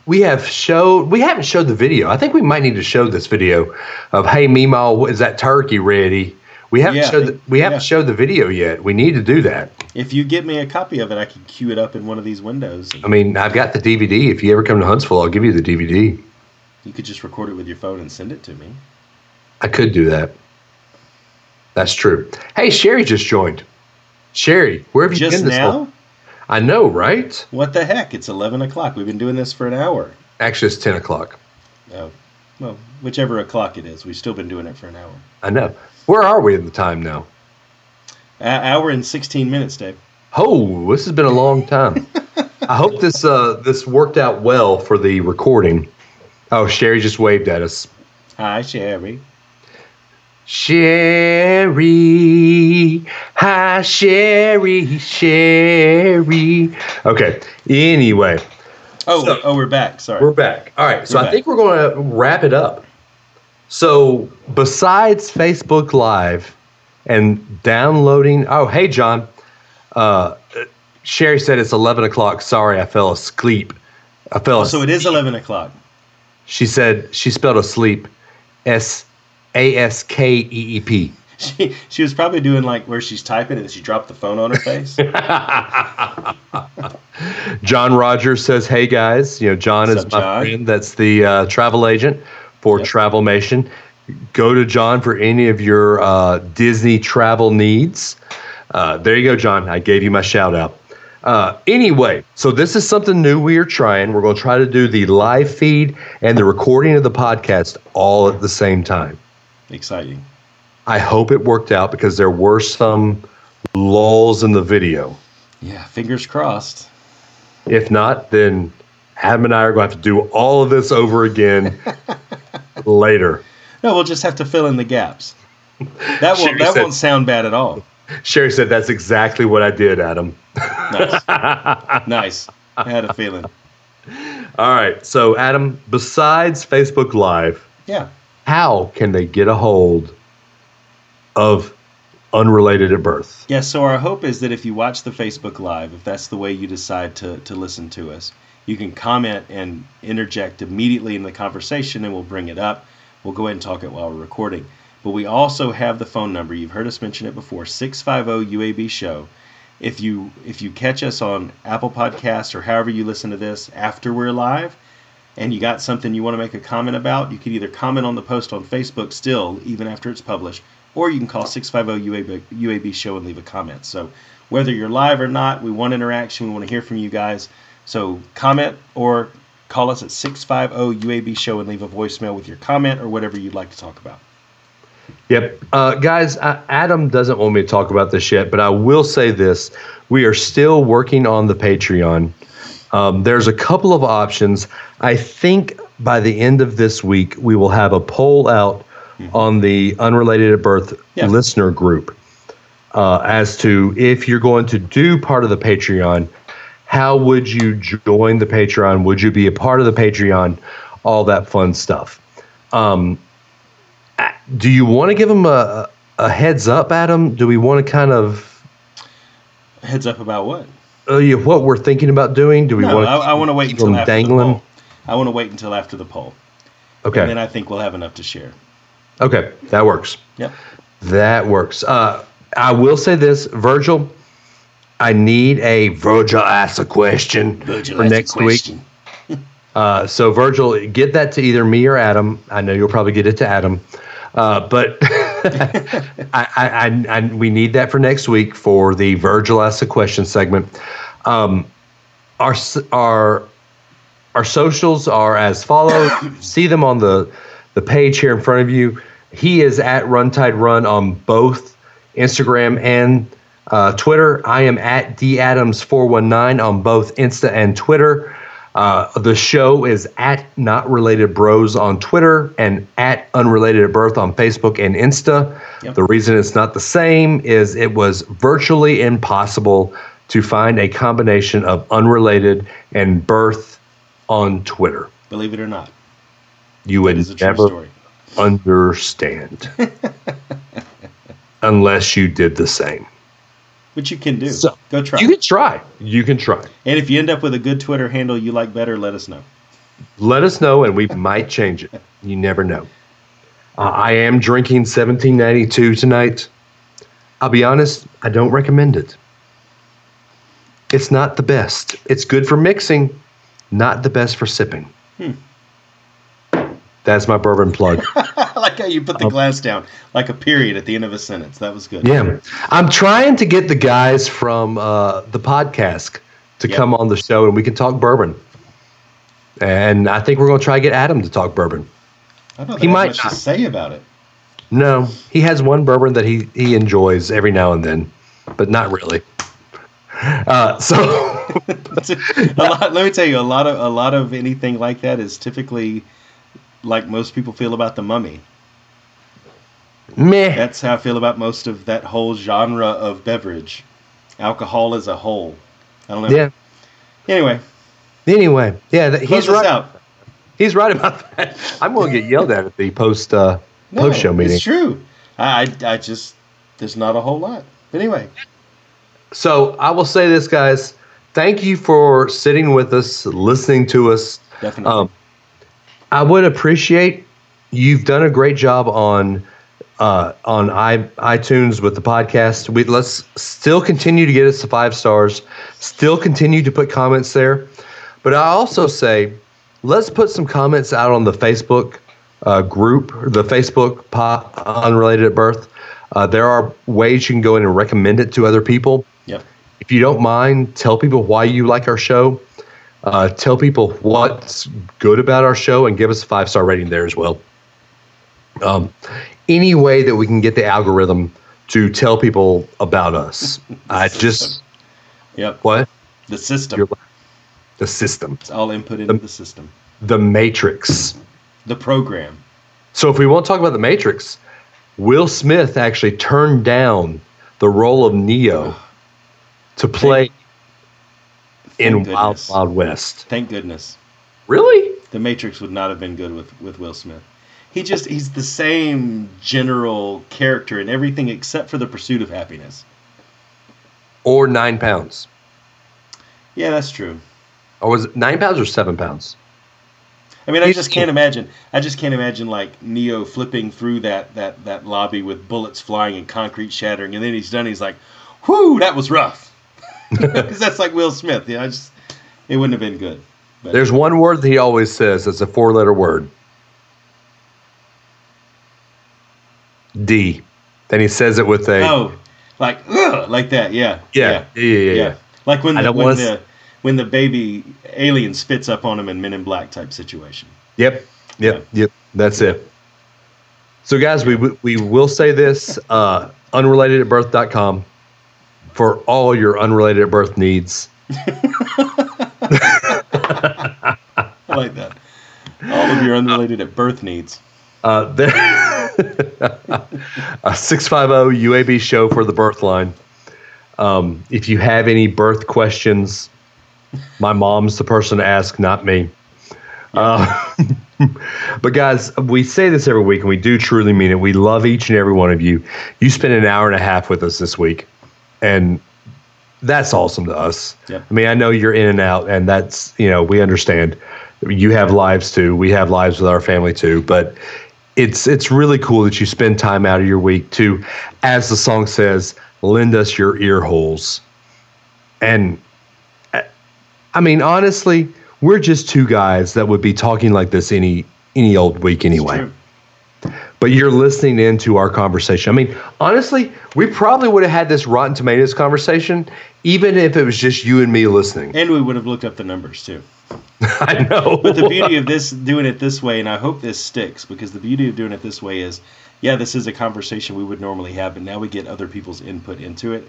Speaker 2: we have showed we haven't showed the video. I think we might need to show this video of hey Mimo, is that turkey ready? We haven't
Speaker 3: Yeah,
Speaker 2: showed the, we haven't
Speaker 3: yeah.
Speaker 2: showed the video yet. We need to do that.
Speaker 3: If you get me a copy of it, I can queue it up in one of these windows.
Speaker 2: I
Speaker 3: And
Speaker 2: mean, I've got the DVD. If you ever come to Huntsville, I'll give you the DVD.
Speaker 3: you could just record it with your phone and send it to me.
Speaker 2: I could do that. That's true. Hey, Sherry just joined. Sherry, where have you
Speaker 3: Just
Speaker 2: been this
Speaker 3: now?
Speaker 2: whole- I know, right?
Speaker 3: What the heck? It's 11 o'clock. We've been doing this for an hour.
Speaker 2: Actually, it's ten o'clock.
Speaker 3: Oh, well, whichever o'clock it is, we've still been doing it for an hour.
Speaker 2: I know. Where are we in the time now?
Speaker 3: A- hour and 16 minutes, Dave.
Speaker 2: Oh, this has been a long time. I hope this uh, this worked out well for the recording. Oh, Sherry just waved at us.
Speaker 3: Hi, Sherry.
Speaker 2: Sherry, hi, Sherry, Sherry. Okay. Anyway,
Speaker 3: Oh,
Speaker 2: So-
Speaker 3: oh, we're back. Sorry.
Speaker 2: we're back. All right. So
Speaker 3: We're
Speaker 2: I
Speaker 3: back.
Speaker 2: think we're going to wrap it up. So besides Facebook Live and downloading, oh hey John, uh, Sherry said it's eleven o'clock. Sorry, I fell asleep. I fell.
Speaker 3: Oh, so it is 11 o'clock. [LAUGHS]
Speaker 2: She said she spelled asleep, S A S K E E P.
Speaker 3: She, she was probably doing like where she's typing and she dropped the phone on her [LAUGHS] face.
Speaker 2: John Rogers says, "Hey guys, you know John
Speaker 3: What's
Speaker 2: is
Speaker 3: up,
Speaker 2: my
Speaker 3: John?
Speaker 2: friend. That's the uh, travel agent for Travelmation. Go to John for any of your uh, Disney travel needs. Uh, there you go, John. I gave you my shout out. Uh, anyway, so this is something new we are trying. We're going to try to do the live feed and the recording of the podcast all at the same time.
Speaker 3: Exciting.
Speaker 2: I hope it worked out because there were some lulls in the video."
Speaker 3: Yeah, fingers crossed.
Speaker 2: If not, then Adam and I are going to have to do all of this over again later.
Speaker 3: No, we'll just have to fill in the gaps. That won't,
Speaker 2: Sherry
Speaker 3: that
Speaker 2: said-
Speaker 3: won't sound bad at all.
Speaker 2: Sherry said, That's exactly what I did, Adam.
Speaker 3: Nice. nice. I had a feeling.
Speaker 2: All right. So, Adam, besides Facebook Live,
Speaker 3: Yeah.
Speaker 2: how can they get a hold of Unrelated at Birth?
Speaker 3: Yeah, so our hope is that if you watch the Facebook Live, if that's the way you decide to, to listen to us, you can comment and interject immediately in the conversation and we'll bring it up. We'll go ahead and talk it while we're recording. But we also have the phone number. You've heard us mention it before 650 UAB Show. If you if you catch us on Apple Podcasts or however you listen to this after we're live, and you got something you want to make a comment about, you can either comment on the post on Facebook still, even after it's published, or you can call 650 UAB, UAB show and leave a comment. So, whether you're live or not, we want interaction. We want to hear from you guys. So, comment or call us at 650 UAB show and leave a voicemail with your comment or whatever you'd like to talk about.
Speaker 2: Yep. Uh, guys, uh, Adam doesn't want me to talk about this yet, but I will say this. We are still working on the Patreon. Um, there's a couple of options. I think by the end of this week, we will have a poll out on the Unrelated at Birth
Speaker 3: Yeah.
Speaker 2: listener group uh, as to if you're going to do part of the Patreon, how would you join the Patreon? Would you be a part of the Patreon? All that fun stuff. Um, I- do you want to give them a, a heads up, Adam? Do we want to kind of
Speaker 3: Heads up about what?
Speaker 2: uh, you- what we're thinking about doing? Do we
Speaker 3: No,
Speaker 2: want to?
Speaker 3: I, I want to wait
Speaker 2: keep
Speaker 3: until
Speaker 2: them
Speaker 3: after
Speaker 2: dangling?
Speaker 3: the poll. I want to wait until after the poll. And
Speaker 2: Okay,
Speaker 3: then I think we'll have enough to share.
Speaker 2: okay, that works.
Speaker 3: Yep.
Speaker 2: That works. Uh, I will say this, Virgil. I need a Virgil ask a question for next week. Uh, so, Virgil, get that to either me or Adam. I know you'll probably get it to Adam, uh, but [LAUGHS] I, I, I, I, we need that for next week for the Virgil asks a question segment. Um, our s- our our socials are as follows. See them on the the page here in front of you. He is at Runtide Run on both Instagram and uh, Twitter. I am at dadams419 on both Insta and Twitter. Uh, the show is at Not Related Bros on Twitter and at Unrelated at Birth on Facebook and Insta.
Speaker 3: Yep.
Speaker 2: The reason it's not the same is it was virtually impossible to find a combination of unrelated and birth on Twitter.
Speaker 3: Believe it or not,
Speaker 2: You
Speaker 3: it is a
Speaker 2: would
Speaker 3: true
Speaker 2: never
Speaker 3: story. [LAUGHS]
Speaker 2: understand unless you did the same.
Speaker 3: Which you can do.
Speaker 2: So-
Speaker 3: Go try.
Speaker 2: You can try. You can try.
Speaker 3: and if you end up with a good Twitter handle you like better, let us know.
Speaker 2: Let us know, and we might change it. You never know. Uh, I am drinking 1792 tonight. I'll be honest, I don't recommend it. It's not the best. It's good for mixing, not the best for sipping.
Speaker 3: Hmm.
Speaker 2: That's my bourbon plug.
Speaker 3: [LAUGHS] I like how you put the
Speaker 2: Um,
Speaker 3: glass down like a period at the end of a sentence. That was good.
Speaker 2: Yeah, I'm trying to get the guys from uh, the podcast to
Speaker 3: Yep.
Speaker 2: come on the show, and we can talk bourbon. And I think we're going to try to get Adam to talk bourbon.
Speaker 3: I don't
Speaker 2: He
Speaker 3: think I
Speaker 2: might
Speaker 3: have much
Speaker 2: not.
Speaker 3: to say about it. [LAUGHS]
Speaker 2: No, he has one bourbon that he he enjoys every now and then, but not really. Uh, so [LAUGHS]
Speaker 3: a lot, let me tell you, a lot of a lot of anything like that is typically like most people feel about the mummy.
Speaker 2: meh.
Speaker 3: That's how I feel about most of that whole genre of beverage, alcohol as a whole. I don't know.
Speaker 2: Yeah.
Speaker 3: Anyway,
Speaker 2: Anyway, yeah, that,
Speaker 3: close
Speaker 2: he's
Speaker 3: this
Speaker 2: right.
Speaker 3: out.
Speaker 2: He's right about that. I'm going to get yelled at at the post uh,
Speaker 3: No,
Speaker 2: post show meeting.
Speaker 3: It's true. I, I I just there's not a whole lot. But anyway,
Speaker 2: So I will say this, guys. Thank you for sitting with us, listening to us.
Speaker 3: definitely.
Speaker 2: Um, I would appreciate you've done a great job on uh, on I, iTunes with the podcast. We let's still continue to get us to five stars. Still continue to put comments there, but I also say let's put some comments out on the Facebook uh, group, the Facebook po- Unrelated at Birth. Uh, there are ways you can go in and recommend it to other people
Speaker 3: yep.
Speaker 2: if you don't mind, tell people why you like our show. Uh, tell people what's good about our show and give us a five star rating there as well. Um, any way that we can get the algorithm to tell people about us. I just,
Speaker 3: Yep.
Speaker 2: what?
Speaker 3: The system.
Speaker 2: You're- The system,
Speaker 3: It's all input into the system.
Speaker 2: the matrix.
Speaker 3: The program.
Speaker 2: So if we want to talk about the matrix, Will Smith actually turned down the role of Neo to play in
Speaker 3: Thank
Speaker 2: Wild
Speaker 3: goodness.
Speaker 2: Wild West.
Speaker 3: Thank goodness.
Speaker 2: Really?
Speaker 3: The Matrix would not have been good with, with Will Smith. He just he's the same general character in everything except for the pursuit of happiness.
Speaker 2: Or nine pounds.
Speaker 3: Yeah, that's true.
Speaker 2: Or Oh, was it nine pounds or seven pounds?
Speaker 3: I mean, I
Speaker 2: He's-
Speaker 3: just can't imagine. I just can't imagine like Neo flipping through that that that lobby with bullets flying and concrete shattering, and then he's done. He's like, "Whoo, that
Speaker 2: [LAUGHS]
Speaker 3: was rough," [LAUGHS] because that's like Will Smith. You know, I just it wouldn't have been good. But
Speaker 2: There's one word that he always says. It's a four letter word. D. Then he says it with a.
Speaker 3: oh, like ugh, like that. Yeah,
Speaker 2: yeah, yeah, yeah, yeah, yeah.
Speaker 3: Like when
Speaker 2: I
Speaker 3: the,
Speaker 2: don't
Speaker 3: when
Speaker 2: wanna
Speaker 3: the
Speaker 2: s-
Speaker 3: when the baby alien spits up on him in Men in Black type situation.
Speaker 2: Yep, yep, yep. That's it. So, guys, we we will say this uh, unrelatedatbirth.com for all your unrelated at birth needs.
Speaker 3: I like that. All of your unrelated at birth needs.
Speaker 2: Uh, there, [LAUGHS] a 650 UAB show for the birth line. Um, if you have any birth questions, my mom's the person to ask, not me. Uh, [LAUGHS] but guys, we say this every week, and we do truly mean it. We love each and every one of you. You spent an hour and a half with us this week, and that's awesome to us.
Speaker 3: Yep.
Speaker 2: I mean, I know you're in and out, and that's you know we understand. You have lives too. We have lives with our family too. But it's it's really cool that you spend time out of your week to, as the song says, lend us your ear holes. And I I mean, honestly, We're just two guys that would be talking like this any any old week anyway.
Speaker 3: True.
Speaker 2: But you're listening into our conversation. I mean, honestly, we probably would have had this Rotten Tomatoes conversation even if it was just you and me listening. [LAUGHS]
Speaker 3: And we would have looked up the numbers too.
Speaker 2: I know.
Speaker 3: But the beauty of this doing it this way, and I hope this sticks, because the beauty of doing it this way is, yeah, this is a conversation we would normally have, but now we get other people's input into it,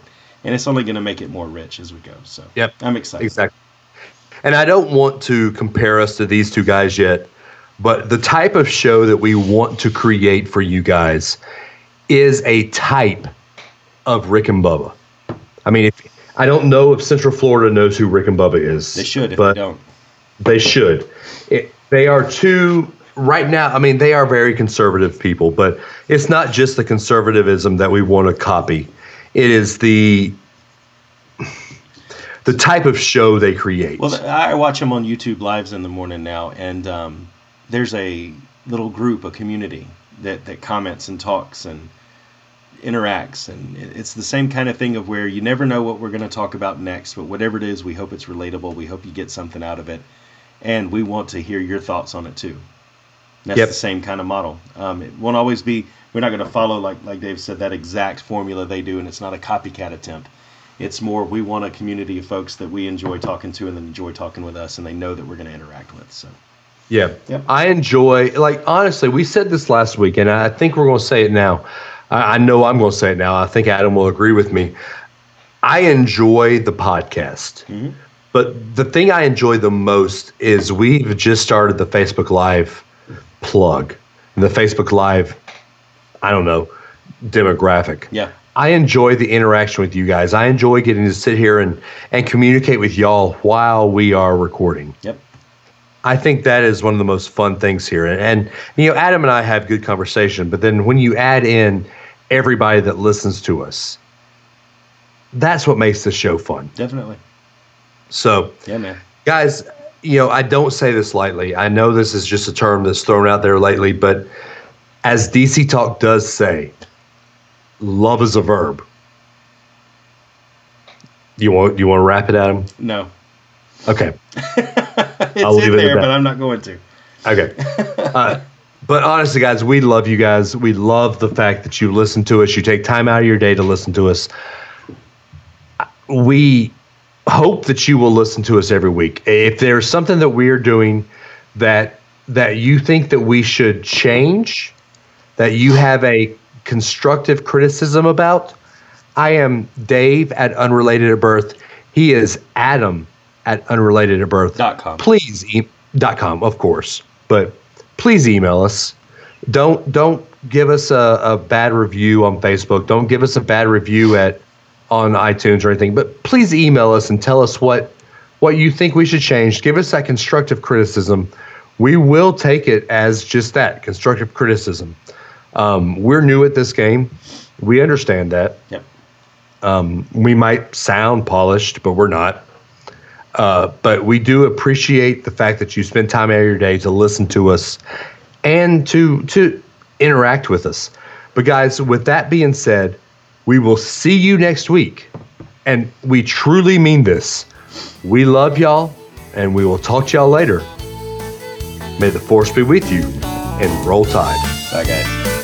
Speaker 3: and it's only going to make it more rich as we go. So
Speaker 2: Yep.
Speaker 3: I'm excited.
Speaker 2: Exactly. And I don't want to compare us to these two guys yet, but the type of show that we want to create for you guys is a type of Rick and Bubba. I mean, if, I don't know if Central Florida knows who Rick and Bubba is.
Speaker 3: They should if
Speaker 2: but
Speaker 3: they don't.
Speaker 2: they should. It, they are two right now. I mean, they are very conservative people, but it's not just the conservatism that we want to copy. It is the the type of show they create.
Speaker 3: Well, I watch them on YouTube Lives in the morning now, and um, there's a little group, a community that that comments and talks and interacts, and it- it's the same kind of thing of where you never know what we're going to talk about next, but whatever it is, we hope it's relatable. We hope you get something out of it, and we want to hear your thoughts on it too. That's
Speaker 2: Yep.
Speaker 3: the same kind of model. Um, it won't always be. We're not going to follow like like Dave said that exact formula they do, and it's not a copycat attempt. It's more we want a community of folks that we enjoy talking to and then enjoy talking with us, and they know that we're going to interact with. So
Speaker 2: Yeah.
Speaker 3: Yep.
Speaker 2: I enjoy, like, honestly, we said this last week, and I think we're going to say it now. I, I know I'm going to say it now. I think Adam will agree with me. I enjoy the podcast.
Speaker 3: Mhm.
Speaker 2: But the thing I enjoy the most is we've just started the Facebook Live plug, the Facebook Live, I don't know, demographic.
Speaker 3: yeah,
Speaker 2: I enjoy the interaction with you guys. I enjoy getting to sit here and, and communicate with y'all while we are recording.
Speaker 3: yep,
Speaker 2: I think that is one of the most fun things here. And, and you know, Adam and I have good conversation, but then when you add in everybody that listens to us, that's what makes the show fun.
Speaker 3: definitely,
Speaker 2: So,
Speaker 3: yeah, man.
Speaker 2: guys, you know, I don't say this lightly. I know this is just a term that's thrown out there lately, but as DC Talk does say, love is a verb. You want you want to wrap it, Adam?
Speaker 3: No,
Speaker 2: Okay.
Speaker 3: it's
Speaker 2: I'll leave
Speaker 3: in
Speaker 2: it at
Speaker 3: there,
Speaker 2: that.
Speaker 3: but I'm not going to.
Speaker 2: Okay. Uh, but honestly, guys, we love you guys. We love the fact that you listen to us. You take time out of your day to listen to us. We hope that you will listen to us every week. If there's something that we're doing that that you think that we should change, that you have a constructive criticism about, I am Dave at Unrelated at Birth. He is Adam at Unrelated at Birth
Speaker 3: Dot com.
Speaker 2: please e- dot com of course but please email us don't don't give us a, a bad review on facebook don't give us a bad review at on itunes or anything but please email us and tell us what what you think we should change give us that constructive criticism we will take it as just that constructive criticism um, we're new at this game we understand that
Speaker 3: Yep,
Speaker 2: we might sound polished, but we're not. Uh, but we do appreciate the fact that you spend time out of your day to listen to us and to to interact with us. But guys, with that being said, we will see you next week, and we truly mean this. We love y'all, and we will talk to y'all later. May the force be with you, and roll tide.
Speaker 3: bye guys.